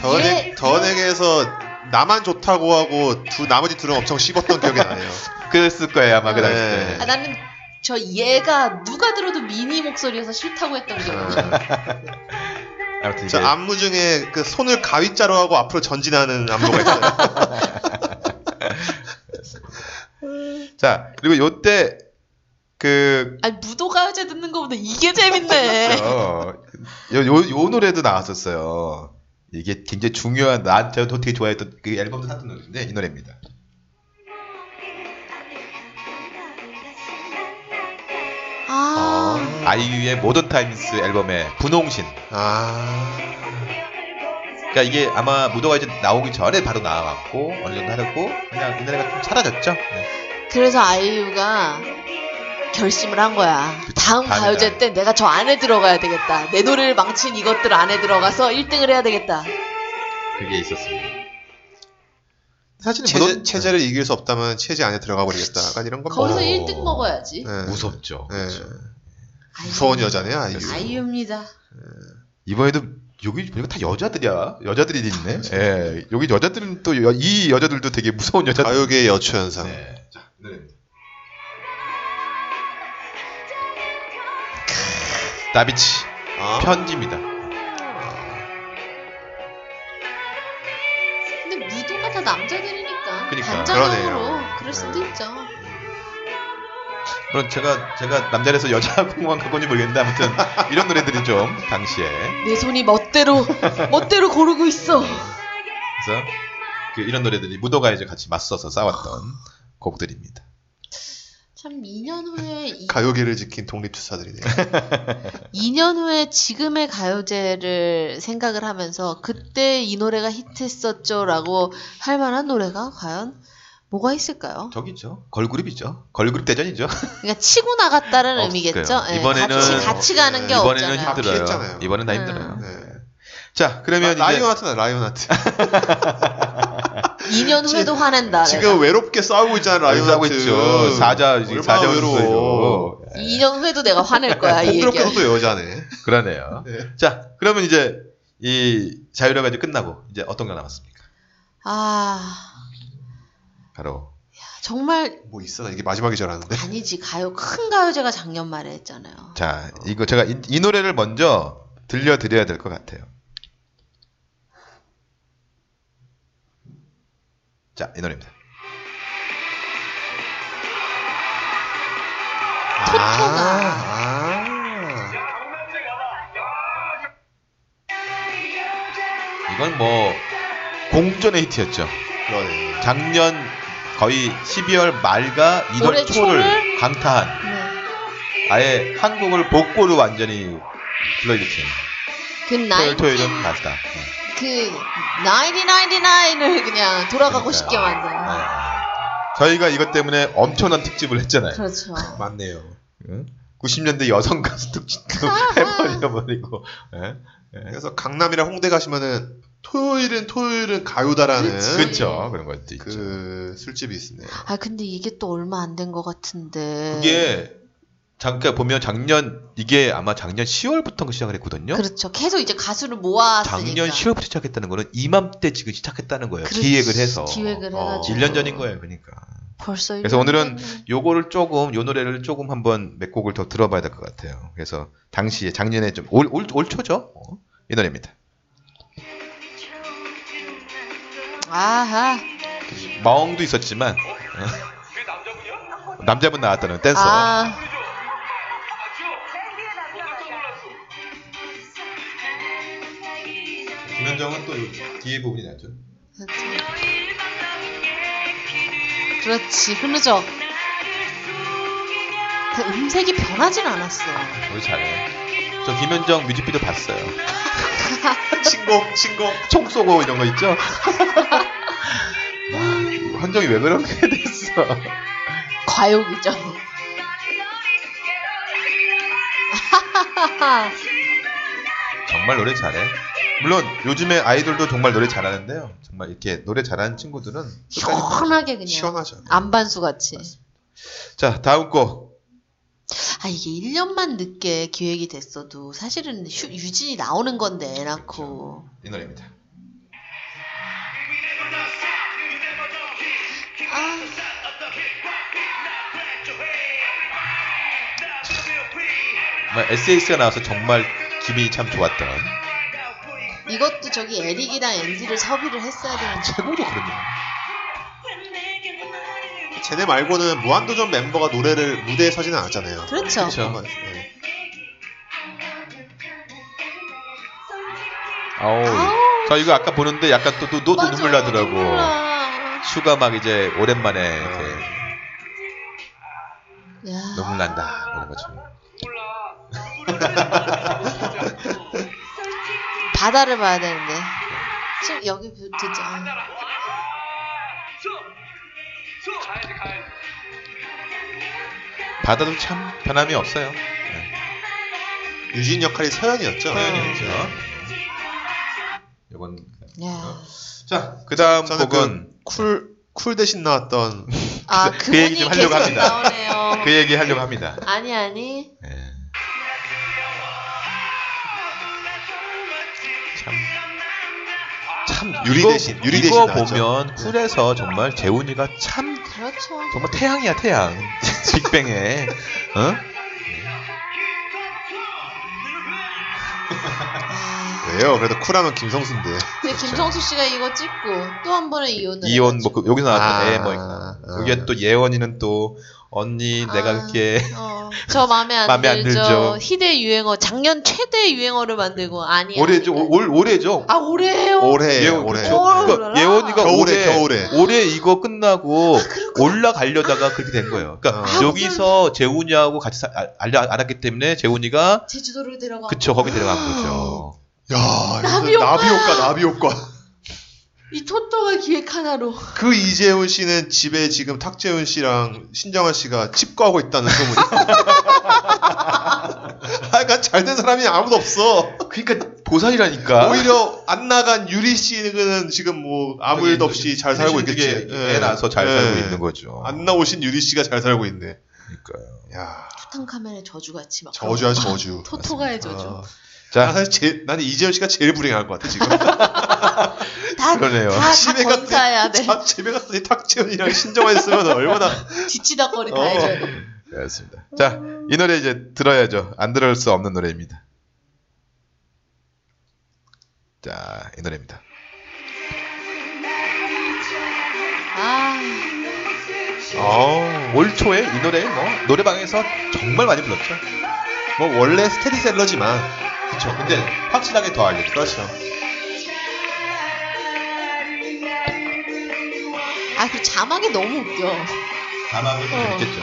[SPEAKER 4] 더,
[SPEAKER 5] 예.
[SPEAKER 4] 내, 더 내게에서 나만 좋다고 하고 두 나머지 둘은 엄청 씹었던 기억이 나네요.
[SPEAKER 3] 그랬을 거예요 아마 그 당시
[SPEAKER 4] 네.
[SPEAKER 3] 때.
[SPEAKER 5] 아, 나는 저 얘가 누가 들어도 미니 목소리여서 싫다고 했던 기억이 나.
[SPEAKER 4] 아,
[SPEAKER 3] 아무튼 이제
[SPEAKER 4] 저 안무 중에 그 손을 가위자로 하고 앞으로 전진하는 안무가 있어요.
[SPEAKER 3] 자 그리고 요때 그
[SPEAKER 5] 아니 무도가요제 듣는 거보다 이게 재밌네.
[SPEAKER 3] 어, 요, 요, 요 노래도 나왔었어요. 이게 굉장히 중요한 나한테 도 되게 좋아했던 그 앨범도 샀던 노래인데 이 노래입니다.
[SPEAKER 5] 아,
[SPEAKER 3] 아이유의 모던 타임스 앨범의 분홍신.
[SPEAKER 4] 아,
[SPEAKER 3] 그러니까 이게 아마 무도가 이제 나오기 전에 바로 나왔고 어느 정도 하고 그냥 이 노래가 좀 사라졌죠. 네.
[SPEAKER 5] 그래서 아이유가 결심을 한 거야. 다음
[SPEAKER 3] 다음이다.
[SPEAKER 5] 가요제 때 내가 저 안에 들어가야 되겠다. 내 노래를 망친 이것들 안에 들어가서 1등을 해야 되겠다.
[SPEAKER 3] 그게 있었습니다. 사실은 네.
[SPEAKER 4] 체제,
[SPEAKER 3] 무도-
[SPEAKER 4] 체제를 이길 수 없다면 체제 안에 들어가 버리겠다. 약간 이런 건 뭐.
[SPEAKER 5] 거기서
[SPEAKER 3] 어.
[SPEAKER 5] 1등 먹어야지.
[SPEAKER 4] 네.
[SPEAKER 3] 무섭죠.
[SPEAKER 4] 네.
[SPEAKER 3] 그렇죠.
[SPEAKER 4] 무서운 여자네요, 아이유.
[SPEAKER 5] 아이유입니다.
[SPEAKER 3] 이번에도 여기 보니까 다 여자들이야. 여자들이 있네. 예. 여기 여자들은 또 이 여자들도 되게 무서운 여자들.
[SPEAKER 4] 가요계의 여초현상.
[SPEAKER 3] 네. 자, 이 노래입니다. 다비치
[SPEAKER 4] 아,
[SPEAKER 3] 편지입니다.
[SPEAKER 5] 근데 무도가 다 남자들이니까.
[SPEAKER 3] 그러니까.
[SPEAKER 5] 반장으로
[SPEAKER 4] 그러네요.
[SPEAKER 5] 그럴 수도 있죠.
[SPEAKER 3] 물론 제가 제가 남자라서 여자 공부만 갖고 온지 모르겠는데 아무튼 이런 노래들이 좀 당시에
[SPEAKER 5] 내 손이 멋대로 멋대로 고르고 있어.
[SPEAKER 3] 그래서 그 이런 노래들이 무도가 이제 같이 맞서서 싸웠던 곡들입니다.
[SPEAKER 5] 참 2년 후에 이-
[SPEAKER 4] 가요계를 지킨 독립투사들이네요.
[SPEAKER 5] 2년 후에 지금의 가요제를 생각을 하면서 그때 이 노래가 히트했었죠라고 할 만한 노래가 과연 뭐가 있을까요?
[SPEAKER 3] 저기죠 걸그룹이죠 걸그룹 대전이죠.
[SPEAKER 5] 그러니까 치고 나갔다는
[SPEAKER 3] 없을
[SPEAKER 5] 의미겠죠.
[SPEAKER 3] 거예요.
[SPEAKER 5] 예,
[SPEAKER 3] 이번에는-
[SPEAKER 5] 같이 같이 가는 게
[SPEAKER 3] 이번에는
[SPEAKER 5] 없잖아요.
[SPEAKER 4] 힘들-
[SPEAKER 3] 힘들어요.
[SPEAKER 4] 피했잖아요.
[SPEAKER 3] 이번엔 다
[SPEAKER 5] 음.
[SPEAKER 3] 힘들어요.
[SPEAKER 4] 네. 아,
[SPEAKER 3] 자 그러면
[SPEAKER 4] 라,
[SPEAKER 3] 이제
[SPEAKER 4] 라이온 하트나 라이온 하트.
[SPEAKER 5] 2년 후에도 화낸다.
[SPEAKER 4] 지금 외롭게 싸우고 있잖아, 라이온 하트.
[SPEAKER 3] 하고 있죠. 사자
[SPEAKER 4] 얼마나
[SPEAKER 3] 지금 사자
[SPEAKER 4] 외로워.
[SPEAKER 3] 외로워.
[SPEAKER 5] 2년 후에도 내가 화낼 거야 이 얘기.
[SPEAKER 4] 공교롭게도 또 여자네.
[SPEAKER 3] 그러네요.
[SPEAKER 4] 네.
[SPEAKER 3] 자 그러면 이제 이 자유로가 이제 끝나고 이제 어떤 거 남았습니까?
[SPEAKER 5] 아
[SPEAKER 3] 바로
[SPEAKER 5] 정말
[SPEAKER 4] 뭐 있어? 이게 마지막이 줄 알았는데.
[SPEAKER 5] 아니지 가요 큰 가요제가 작년 말에 했잖아요.
[SPEAKER 3] 자 이거 제가 이, 이 노래를 먼저 들려드려야 될 것 같아요. 자 이 노래입니다.
[SPEAKER 4] 아, 아.
[SPEAKER 3] 이건 뭐 공전의 히트였죠.
[SPEAKER 4] 그러네.
[SPEAKER 3] 작년 거의 12월 말과 2월
[SPEAKER 5] 올해
[SPEAKER 3] 초를
[SPEAKER 5] 초를?
[SPEAKER 3] 강타한
[SPEAKER 5] 네.
[SPEAKER 3] 아예 한국을 복고로 완전히 불러일으킨
[SPEAKER 5] 그 나이
[SPEAKER 3] 토요일 토요일은 맞다. 네.
[SPEAKER 5] 그 999을 그냥 돌아가고
[SPEAKER 3] 그러니까요.
[SPEAKER 5] 싶게 만든.
[SPEAKER 3] 네. 저희가 이것 때문에 엄청난 특집을 했잖아요.
[SPEAKER 5] 그렇죠.
[SPEAKER 4] 맞네요.
[SPEAKER 3] 90년대 여성 가수 특집도 해버려버리고. 예?
[SPEAKER 4] 그래서 강남이랑 홍대 가시면은 토요일은 토요일은 가요다라는
[SPEAKER 5] 그치.
[SPEAKER 4] 그,
[SPEAKER 3] 그렇죠. 그런 것도 있죠.
[SPEAKER 4] 그 술집이 있네요.
[SPEAKER 5] 아 근데 이게 또 얼마 안 된 것 같은데.
[SPEAKER 3] 그게 잠깐 보면 작년 이게 아마 작년 10월부터 시작을 했거든요.
[SPEAKER 5] 그렇죠. 계속 이제 가수를 모았으니까.
[SPEAKER 3] 작년 10월부터 시작했다는 거는 이맘때 지금 시작했다는 거예요.
[SPEAKER 5] 그렇지.
[SPEAKER 3] 기획을 해서.
[SPEAKER 5] 기획을
[SPEAKER 4] 어,
[SPEAKER 5] 해가지고.
[SPEAKER 3] 1년 전인 거예요. 그러니까.
[SPEAKER 5] 벌써
[SPEAKER 3] 그래서
[SPEAKER 5] 일년
[SPEAKER 3] 오늘은
[SPEAKER 5] 됐네.
[SPEAKER 3] 요거를 조금 요 노래를 조금 한번 몇 곡을 더 들어봐야 될 것 같아요. 그래서 당시에 작년에 좀 올 올 초죠. 어, 이 노래입니다.
[SPEAKER 5] 아하.
[SPEAKER 3] 멍도 있었지만 남자분 나왔다는 댄서.
[SPEAKER 5] 아,
[SPEAKER 3] 김현정은 또 뒤에 부분이 나죠.
[SPEAKER 5] 그렇지. 흐르죠. 그 음색이 변하진 않았어.
[SPEAKER 3] 노래 잘해. 저 김현정 뮤직비디오 봤어요.
[SPEAKER 4] 신곡 신곡
[SPEAKER 3] 총 쏘고 이런 거 있죠? 와, 현정이 왜 그렇게 됐어?
[SPEAKER 5] 과욕이죠.
[SPEAKER 3] 정말 노래 잘해. 물론 요즘에 아이돌도 정말 노래 잘하는데요. 정말 이렇게 노래 잘하는 친구들은
[SPEAKER 5] 시원하게 그냥.
[SPEAKER 4] 시원하죠.
[SPEAKER 5] 아. 안반수 같이.
[SPEAKER 3] 자 다음 곡
[SPEAKER 5] 아 이게 1년만 늦게 기획이 됐어도 사실은 휴, 유진이 나오는 건데 애 낳고
[SPEAKER 3] 이 노래입니다. 정말 SAS가 나와서 정말 기분이 참 좋았던 그렇죠.
[SPEAKER 5] 이것도 저기 에릭이랑 엔지를 섭외를 했어야 되는데
[SPEAKER 3] 최고죠 그럼요.
[SPEAKER 4] 쟤네 말고는 무한도전 멤버가 노래를 무대에 서지는 않았잖아요.
[SPEAKER 5] 그렇죠.
[SPEAKER 3] 그쵸.
[SPEAKER 4] 정말, 네.
[SPEAKER 3] 아우.
[SPEAKER 5] 아우.
[SPEAKER 3] 저 이거 아까 보는데 약간 또, 또, 또
[SPEAKER 5] 맞아,
[SPEAKER 3] 눈물 나더라고.
[SPEAKER 5] 눈물 나.
[SPEAKER 3] 슈가 막 이제 오랜만에 이렇게
[SPEAKER 5] 야.
[SPEAKER 3] 눈물 난다. 그런 것처럼.
[SPEAKER 5] 바다를 봐야 되는데 지금 여기 부- 듣자 아,
[SPEAKER 3] 바다도 참 변함이 없어요. 네. 그렇죠?
[SPEAKER 4] 유진 역할이
[SPEAKER 5] 아.
[SPEAKER 4] 서연이었죠.
[SPEAKER 3] 서연이었죠. 요건. 어?
[SPEAKER 5] 야.
[SPEAKER 3] 자, 그 다음
[SPEAKER 4] 저는
[SPEAKER 3] 곡은
[SPEAKER 4] 쿨쿨 대신 나왔던
[SPEAKER 5] 아
[SPEAKER 3] 그 얘기 좀 하려고 합니다.
[SPEAKER 5] 나오네요
[SPEAKER 3] 그, 얘기 하려고 합니다.
[SPEAKER 5] 아니 아니
[SPEAKER 4] 예.
[SPEAKER 3] 네. 참. 참
[SPEAKER 4] 유리
[SPEAKER 3] 이거-
[SPEAKER 4] 대신, 유리
[SPEAKER 3] 이거
[SPEAKER 4] 대신 나왔죠. 네.
[SPEAKER 3] 보면 쿨에서 정말 재훈이가 참
[SPEAKER 5] 그렇죠
[SPEAKER 3] 정말 태양이야 태양 빅뱅에 어?
[SPEAKER 5] 아,
[SPEAKER 4] 왜요? 그래도 쿨하면 김성수인데.
[SPEAKER 5] 근데 김성수 씨가 이거 찍고 또 한 번의 이혼을
[SPEAKER 3] 이혼 뭐 그- 여기서 나왔던
[SPEAKER 4] 아,
[SPEAKER 3] 애뭐
[SPEAKER 4] 아.
[SPEAKER 3] 여기또 예원이는 또 언니 내가
[SPEAKER 5] 아.
[SPEAKER 3] 그렇게
[SPEAKER 5] 어, 저 마음에 안,
[SPEAKER 3] 마음에 안
[SPEAKER 5] 들죠.
[SPEAKER 3] 들죠.
[SPEAKER 5] 희대 유행어 작년 최대 유행어를 만들고 아니
[SPEAKER 3] 올해죠
[SPEAKER 5] 아니.
[SPEAKER 3] 올 올해죠
[SPEAKER 5] 아 올해예요.
[SPEAKER 4] 올해
[SPEAKER 3] 예원
[SPEAKER 4] 네, 올해.
[SPEAKER 3] 그렇죠. 그러니까
[SPEAKER 5] 올해라.
[SPEAKER 3] 예원이가
[SPEAKER 4] 겨울에,
[SPEAKER 3] 올해
[SPEAKER 4] 겨울에.
[SPEAKER 3] 올해 이거 끝나고 올라가려다가 그렇게 된 거예요. 그러니까
[SPEAKER 5] 아,
[SPEAKER 3] 여기서 재훈이하고 같이 사- 아- 알아, 알았기 때문에 재훈이가
[SPEAKER 5] 제주도를 데려가.
[SPEAKER 3] 그쵸 거기 데려간 거죠.
[SPEAKER 4] 야
[SPEAKER 5] 나비 효과.
[SPEAKER 4] 나비 효과 나비 효과.
[SPEAKER 5] 이 토토가 기획 하나로.
[SPEAKER 4] 그 이재훈 씨는 집에 지금 탁재훈 씨랑 신정아 씨가 칩거하고 있다는 소문이. 아까 잘된 사람이 아무도 없어.
[SPEAKER 3] 그러니까 보살이라니까.
[SPEAKER 4] 오히려 안 나간 유리 씨는 지금 뭐 아무 일도 없이 잘 살고 있겠지. 예.
[SPEAKER 3] 애 낳아서 예. 잘 살고 있는 거죠.
[SPEAKER 4] 안 나오신 유리 씨가 잘 살고 있네.
[SPEAKER 3] 그러니까요.
[SPEAKER 4] 야
[SPEAKER 5] 투탕카멘의 저주 같이 막. 어,
[SPEAKER 4] 저주야 저주.
[SPEAKER 5] 토토가의 저주.
[SPEAKER 3] 어.
[SPEAKER 4] 아, 나
[SPEAKER 3] 자,
[SPEAKER 4] 사실 제일- 나는 이재훈 씨가 제일 불행할 것 같아 지금.
[SPEAKER 5] 다,
[SPEAKER 3] 그러네요.
[SPEAKER 5] 다, 다
[SPEAKER 4] 집에 갔더니-
[SPEAKER 5] 건사해야 돼.
[SPEAKER 4] 자, 집에 갔더니 탁재훈이랑 신정아 있으면 얼마나
[SPEAKER 5] 뒤치다 거리 다
[SPEAKER 4] 어.
[SPEAKER 5] 해줘야 돼.
[SPEAKER 3] 알겠습니다. 자, 이 노래 이제 들어야죠. 안 들을 수 없는 노래입니다. 자, 이 노래입니다.
[SPEAKER 5] 아,
[SPEAKER 3] 올 초에 이 노래 뭐 노래방에서 정말 많이 불렀죠.
[SPEAKER 4] 뭐 원래 스테디셀러지만
[SPEAKER 3] 그렇죠. 근데 확실하게 더 알려줘.
[SPEAKER 4] 그렇죠.
[SPEAKER 5] 아 그리고 자막이 너무 웃겨.
[SPEAKER 3] 자막을 좀
[SPEAKER 5] 어.
[SPEAKER 3] 있겠죠.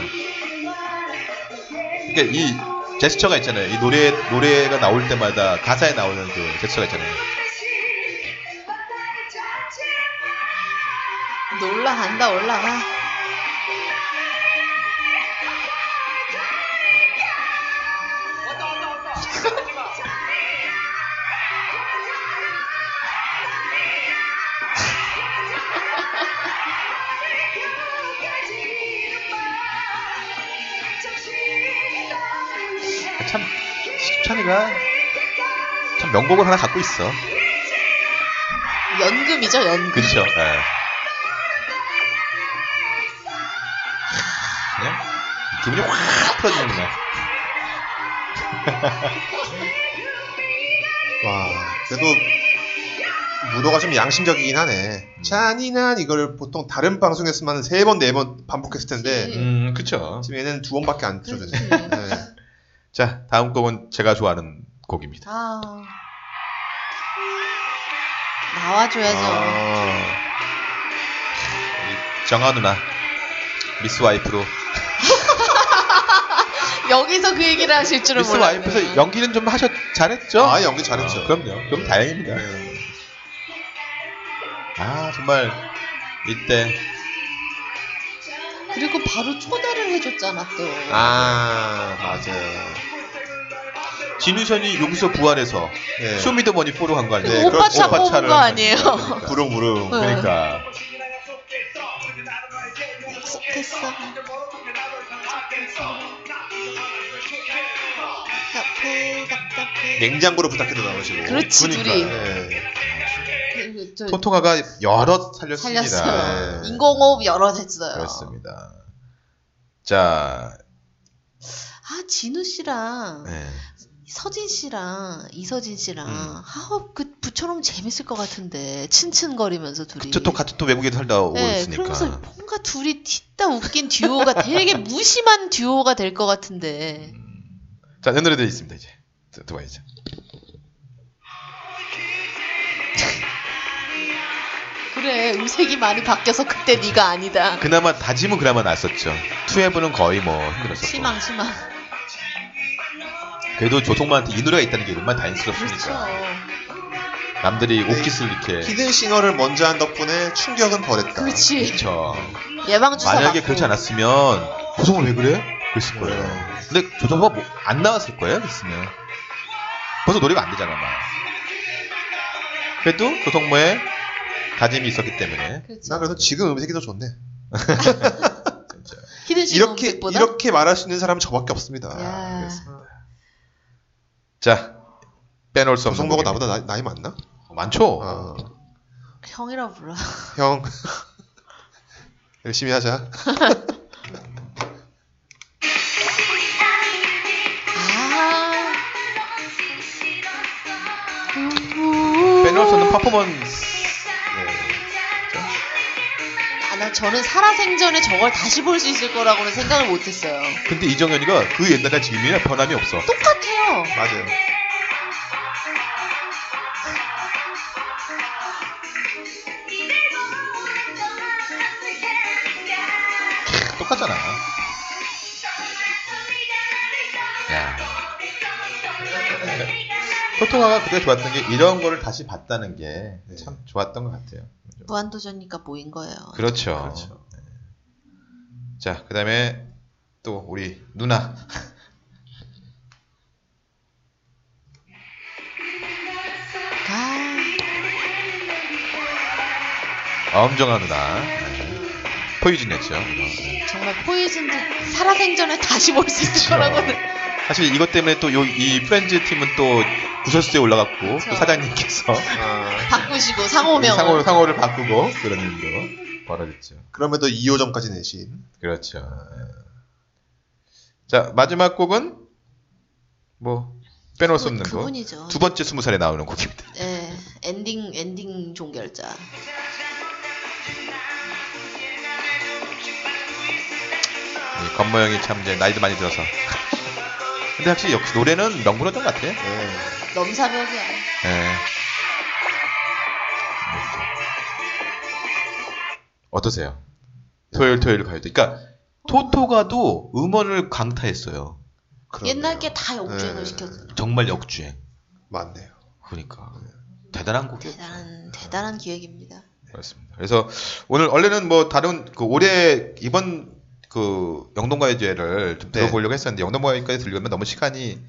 [SPEAKER 3] 그러니까 이 제스처가 있잖아요. 이 노래 노래가 나올 때마다 가사에 나오는 그 제스처가 있잖아요.
[SPEAKER 5] 너 올라간다 올라가.
[SPEAKER 3] 아, 참 수찬이가 참 명곡을 하나 갖고 있어.
[SPEAKER 5] 연금이죠 연금.
[SPEAKER 3] 그렇죠. 예. 그냥 기분이 확 풀어지는 거야.
[SPEAKER 4] 와, 그래도 무도가 좀 양심적이긴 하네. 잔인한 이걸 보통 다른 방송에서만 세 번, 네 번 반복했을 텐데
[SPEAKER 5] 그치.
[SPEAKER 3] 음, 그쵸.
[SPEAKER 4] 지금 얘는 두 번밖에 안
[SPEAKER 5] 그렇지.
[SPEAKER 4] 틀어졌네. 네.
[SPEAKER 3] 자, 다음 곡은 제가 좋아하는 곡입니다.
[SPEAKER 5] 아. 나와줘야죠.
[SPEAKER 4] 아,
[SPEAKER 3] 우리 정아 누나, 미스 와이프로.
[SPEAKER 5] 여기서 그 얘기를 하실 줄은
[SPEAKER 3] 미스
[SPEAKER 5] 몰랐네요.
[SPEAKER 3] 와이프에서 연기는 좀 하셨, 잘했죠?
[SPEAKER 4] 아, 연기 잘했죠. 네.
[SPEAKER 3] 아, 그럼요. 그럼 다행입니다. 아, 정말, 이때.
[SPEAKER 5] 그리고 바로 초대를 해줬잖아 또.
[SPEAKER 4] 아, 맞아요.
[SPEAKER 3] 진우션이 용서 부활해서
[SPEAKER 4] 네.
[SPEAKER 3] 쇼미더머니 4로 간 거 아니에요?
[SPEAKER 4] 그 오빠
[SPEAKER 3] 그렇죠.
[SPEAKER 4] 차
[SPEAKER 5] 뽑은
[SPEAKER 3] 차를
[SPEAKER 5] 거
[SPEAKER 3] 한
[SPEAKER 5] 아니에요?
[SPEAKER 4] 그렇죠.
[SPEAKER 3] 거니까.
[SPEAKER 4] 부릉부릉.
[SPEAKER 5] 네.
[SPEAKER 3] 그러니까.
[SPEAKER 5] 약속했어. 답답해, 답답해.
[SPEAKER 3] 네.
[SPEAKER 4] 냉장고로 부탁해도 나오시고.
[SPEAKER 5] 그렇지, 둘이.
[SPEAKER 4] 네.
[SPEAKER 5] 그, 저,
[SPEAKER 3] 그러니까, 예. 토토가가 여러 살렸습니다.
[SPEAKER 5] 살렸어요.
[SPEAKER 3] 네.
[SPEAKER 5] 인공호흡 여러 했어요.
[SPEAKER 3] 그렇습니다. 자,
[SPEAKER 5] 아 진우 씨랑
[SPEAKER 3] 네.
[SPEAKER 5] 서진 씨랑 이서진 씨랑
[SPEAKER 3] 음.
[SPEAKER 5] 아우 그 부처럼 재밌을 것 같은데 친친거리면서 둘이.
[SPEAKER 3] 저또 같은 또 외국에 살다
[SPEAKER 5] 네,
[SPEAKER 3] 오셨으니까.
[SPEAKER 5] 그러면서 뭔가 둘이 튀다 웃긴 듀오가 되게 무심한 듀오가 될 것 같은데.
[SPEAKER 3] 음. 자, 내 노래 들어 있습니다 이제. 들- 들어봐야죠.
[SPEAKER 5] 그래 음색이 많이 바뀌어서 그때 네가 아니다.
[SPEAKER 3] 그나마 다짐은 그나마 났었죠. 투애브는 거의 뭐 힘들었었고.
[SPEAKER 5] 희망 희망.
[SPEAKER 3] 그래도 조성만한테 이 노래가 있다는 게 얼마나
[SPEAKER 5] 그렇죠. 네.
[SPEAKER 3] 다행스럽습니까. 남들이 옥기스를 이렇게.
[SPEAKER 4] 네. 히든 싱어를 먼저 한 덕분에 충격은 버렸다.
[SPEAKER 5] 그렇지.
[SPEAKER 3] 그렇죠.
[SPEAKER 5] 예방 주사
[SPEAKER 3] 만약에
[SPEAKER 5] 맞고.
[SPEAKER 3] 그렇지 않았으면 조성은 왜 그래?
[SPEAKER 4] 네.
[SPEAKER 3] 그랬을 거예요. 근데 조성호가 뭐, 안 나왔을 거예요. 그랬으면 벌써 노래가 안 되잖아. 막. 그래도 조성모의 다짐이 있었기 때문에
[SPEAKER 5] 그렇지.
[SPEAKER 4] 나 그래서 지금 음색이 더 좋네.
[SPEAKER 5] 히든 씨
[SPEAKER 4] 이렇게
[SPEAKER 5] 음색보다?
[SPEAKER 4] 이렇게 말할 수 있는 사람은 저밖에 없습니다.
[SPEAKER 5] 야.
[SPEAKER 3] 아, 알겠습니다. 자 빼놓을 수 없는
[SPEAKER 4] 조성모가
[SPEAKER 3] 곡입니다.
[SPEAKER 4] 나보다 나, 이 많나?
[SPEAKER 3] 많죠.
[SPEAKER 4] 어,
[SPEAKER 5] 형이라 불러.
[SPEAKER 4] 형 열심히 하자.
[SPEAKER 5] 아.
[SPEAKER 3] 빼놓을 수 없는 퍼포먼스.
[SPEAKER 5] 아, 나 저는 살아생전에 저걸 다시 볼 수 있을 거라고는 생각을 못했어요.
[SPEAKER 3] 근데 이정현이가 그 옛날이나 지금이나 변함이 없어.
[SPEAKER 5] 똑같아요.
[SPEAKER 4] 맞아요.
[SPEAKER 3] 똑같잖아. 야. 토토가가 그때 좋았던 게 이런 거를 다시 봤다는 게 참 좋았던 것 같아요.
[SPEAKER 5] 무한도전이니까 모인 거예요.
[SPEAKER 3] 그렇죠.
[SPEAKER 4] 그렇죠.
[SPEAKER 3] 네. 자, 그 다음에 또 우리 누나.
[SPEAKER 5] 아,
[SPEAKER 3] 엄정한 누나. 네. 포유진이었죠. 네.
[SPEAKER 5] 정말 포이즌도 살아생전에 다시 볼 수 있을
[SPEAKER 3] 그렇죠.
[SPEAKER 5] 거라고는.
[SPEAKER 3] 사실 이것 때문에 또 이 프렌즈 팀은 또 구설수에 올라갔고
[SPEAKER 5] 그렇죠.
[SPEAKER 3] 또 사장님께서
[SPEAKER 4] 아,
[SPEAKER 5] 바꾸시고 상호명.
[SPEAKER 3] 상호, 상호를 바꾸고 그런 일도 벌어졌죠.
[SPEAKER 4] 그럼에도 2호점까지 내신.
[SPEAKER 3] 그렇죠. 자 마지막 곡은 뭐 빼놓을 수 없는 곡.
[SPEAKER 5] 그분이죠.
[SPEAKER 3] 두 번째 스무 살에 나오는 곡입니다.
[SPEAKER 5] 예, 엔딩 엔딩 종결자.
[SPEAKER 3] 이 예, 건모 형이 참 이제 나이도 많이 들어서. 근데 확실히 역시 노래는 명불허전 같아. 예.
[SPEAKER 4] 네.
[SPEAKER 5] 넘사벽이야.
[SPEAKER 3] 어떠세요? 토요일 토요일 가요대. 그러니까 토토가도 음원을 강타했어요.
[SPEAKER 4] 그러네요.
[SPEAKER 5] 옛날 게 다 역주행을
[SPEAKER 4] 네.
[SPEAKER 5] 시켰어.
[SPEAKER 3] 정말 역주행.
[SPEAKER 4] 맞네요.
[SPEAKER 3] 그러니까 대단한 곡이에요.
[SPEAKER 5] 대단한 대단한 기획입니다.
[SPEAKER 4] 네.
[SPEAKER 3] 그렇습니다. 그래서 오늘 원래는 뭐 다른 그 올해 이번 그 영동가요제를 좀
[SPEAKER 4] 네.
[SPEAKER 3] 들어보려고 했었는데 영동가요까지 들려면 너무 시간이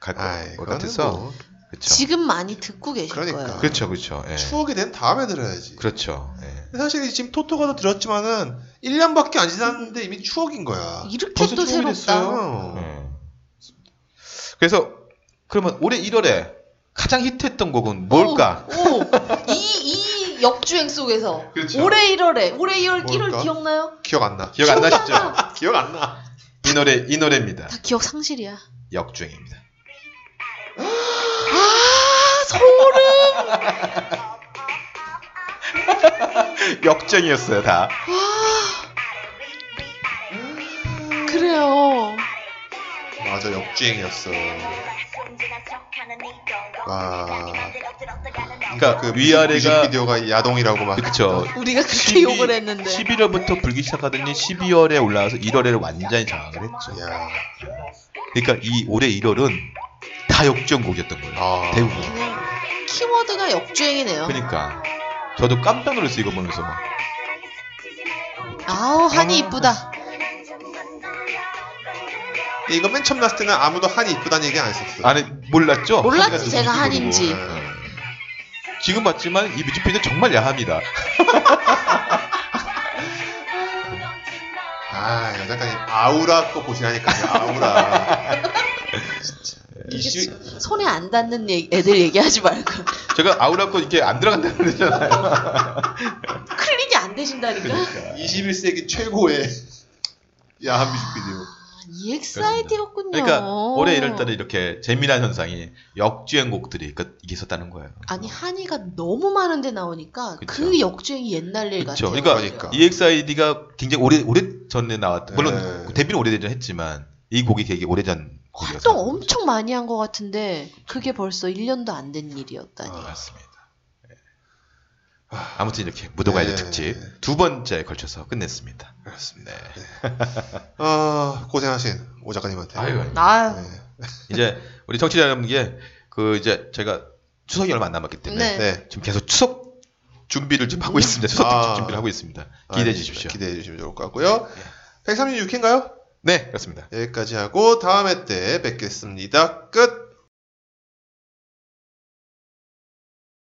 [SPEAKER 3] 갈
[SPEAKER 4] 아이,
[SPEAKER 3] 것
[SPEAKER 4] 그거는
[SPEAKER 3] 같아서
[SPEAKER 4] 뭐
[SPEAKER 3] 그렇죠.
[SPEAKER 5] 지금 많이 듣고 계실
[SPEAKER 4] 그러니까.
[SPEAKER 5] 거예요.
[SPEAKER 3] 그렇죠, 그렇죠. 예.
[SPEAKER 4] 추억이 된 다음에 들어야지.
[SPEAKER 3] 그렇죠. 예.
[SPEAKER 4] 사실 지금 토토가도 들었지만은 1년밖에 안 지났는데 이미 추억인 거야.
[SPEAKER 5] 이렇게
[SPEAKER 4] 벌써
[SPEAKER 5] 또
[SPEAKER 4] 추억이
[SPEAKER 5] 새롭다.
[SPEAKER 4] 됐어요.
[SPEAKER 3] 예. 그래서 그러면 올해 1월에 가장 히트했던 곡은
[SPEAKER 4] 어.
[SPEAKER 3] 뭘까?
[SPEAKER 5] 오이이 역주행 속에서
[SPEAKER 4] 그렇죠.
[SPEAKER 5] 올해 1월에 올해 1월 1월
[SPEAKER 4] 뭘까?
[SPEAKER 5] 기억나요?
[SPEAKER 4] 기억 안 나.
[SPEAKER 3] 기억 안 나시죠?
[SPEAKER 5] 나.
[SPEAKER 4] 기억 안 나.
[SPEAKER 3] 이 노래 이
[SPEAKER 4] 아.
[SPEAKER 3] 노래입니다.
[SPEAKER 5] 다 기억 상실이야.
[SPEAKER 3] 역주행입니다.
[SPEAKER 5] 아 소름.
[SPEAKER 3] 역정이었어요 다.
[SPEAKER 5] 그래요.
[SPEAKER 4] 맞아 역주행이었어. 와.
[SPEAKER 3] 그러니까 그
[SPEAKER 4] 뮤직
[SPEAKER 3] 위아래가
[SPEAKER 4] 비디오가 야동이라고 막.
[SPEAKER 3] 그쵸.
[SPEAKER 5] 우리가 그렇게
[SPEAKER 3] 12
[SPEAKER 5] 욕을 했는데.
[SPEAKER 3] 11월부터 불기 시작하더니 12월에 올라와서 1월에를 완전히 장악을 했죠.
[SPEAKER 4] 야.
[SPEAKER 3] 그러니까 이 올해 1월은 다 역주행곡이었던 거예요.
[SPEAKER 4] 아.
[SPEAKER 3] 대부분.
[SPEAKER 5] 그냥 키워드가 역주행이네요.
[SPEAKER 3] 그러니까 저도 깜짝 놀랐어요 이거 보면서 막.
[SPEAKER 5] 아우 한이 이쁘다.
[SPEAKER 4] 이거 맨 처음 났을 때는 아무도 한이 이쁘다는 얘기 안 했었어. 네.
[SPEAKER 3] 아니 몰랐죠?
[SPEAKER 5] 몰랐지,
[SPEAKER 3] 한이가
[SPEAKER 5] 제가
[SPEAKER 3] 누군지
[SPEAKER 5] 한인지.
[SPEAKER 3] 모르고. 지금 봤지만 이 뮤직비디오 정말 야합니다.
[SPEAKER 4] 아 여자까지 아우라 거 보시라니까요. 아우라.
[SPEAKER 3] 예.
[SPEAKER 5] 이게 손에 안 닿는 얘기- 애들 얘기하지 말고
[SPEAKER 3] 제가 아우라 거 이렇게 안 들어간다고 그러잖아요.
[SPEAKER 5] 클릭이 안 되신다니까. 아,
[SPEAKER 4] 21세기 최고의 야한 뮤직비디오.
[SPEAKER 5] 아, EXID였군요.
[SPEAKER 3] 그러니까 올해 이럴 때는 이렇게 재미난 현상이 역주행곡들이 그- 이게 있었다는 거예요.
[SPEAKER 5] 아니 한이가 너무 많은데 나오니까 그
[SPEAKER 3] 그쵸.
[SPEAKER 5] 역주행이 옛날 일
[SPEAKER 3] 그렇죠.
[SPEAKER 5] 같아요.
[SPEAKER 3] 그러니까,
[SPEAKER 4] 그러니까.
[SPEAKER 3] EXID가 굉장히 오래 오래 전에 나왔던 물론
[SPEAKER 4] 네.
[SPEAKER 3] 데뷔는 오래전 했지만 이 곡이 되게 오래전 곡이라서
[SPEAKER 5] 활동 엄청 많이 한 것 같은데 그게 벌써 1년도 안 된 일이었다니.
[SPEAKER 4] 아.
[SPEAKER 3] 맞습니다. 예. 아무튼 이렇게 무도가이드
[SPEAKER 4] 네.
[SPEAKER 3] 특집 두 번째에 걸쳐서 끝냈습니다.
[SPEAKER 4] 그렇습니다.
[SPEAKER 3] 네.
[SPEAKER 4] 아 고생하신 오 작가님한테. 네,
[SPEAKER 3] 아유, 아유.
[SPEAKER 5] 아유.
[SPEAKER 3] 이제 우리 청취자 여러분께 그 이제 제가 추석이 얼마 안 남았기 때문에
[SPEAKER 5] 네.
[SPEAKER 4] 네. 네.
[SPEAKER 3] 지금 계속 추석 준비를 지금 하고 있습니다. 추석
[SPEAKER 4] 아.
[SPEAKER 3] 특집 준비를 하고 있습니다. 기대해 주십시오. 예.
[SPEAKER 4] 기대해 주시면 좋을 것 같고요. 136회인가요?
[SPEAKER 3] 네, 그렇습니다.
[SPEAKER 4] 여기까지 하고 다음 회 때 뵙겠습니다. 끝.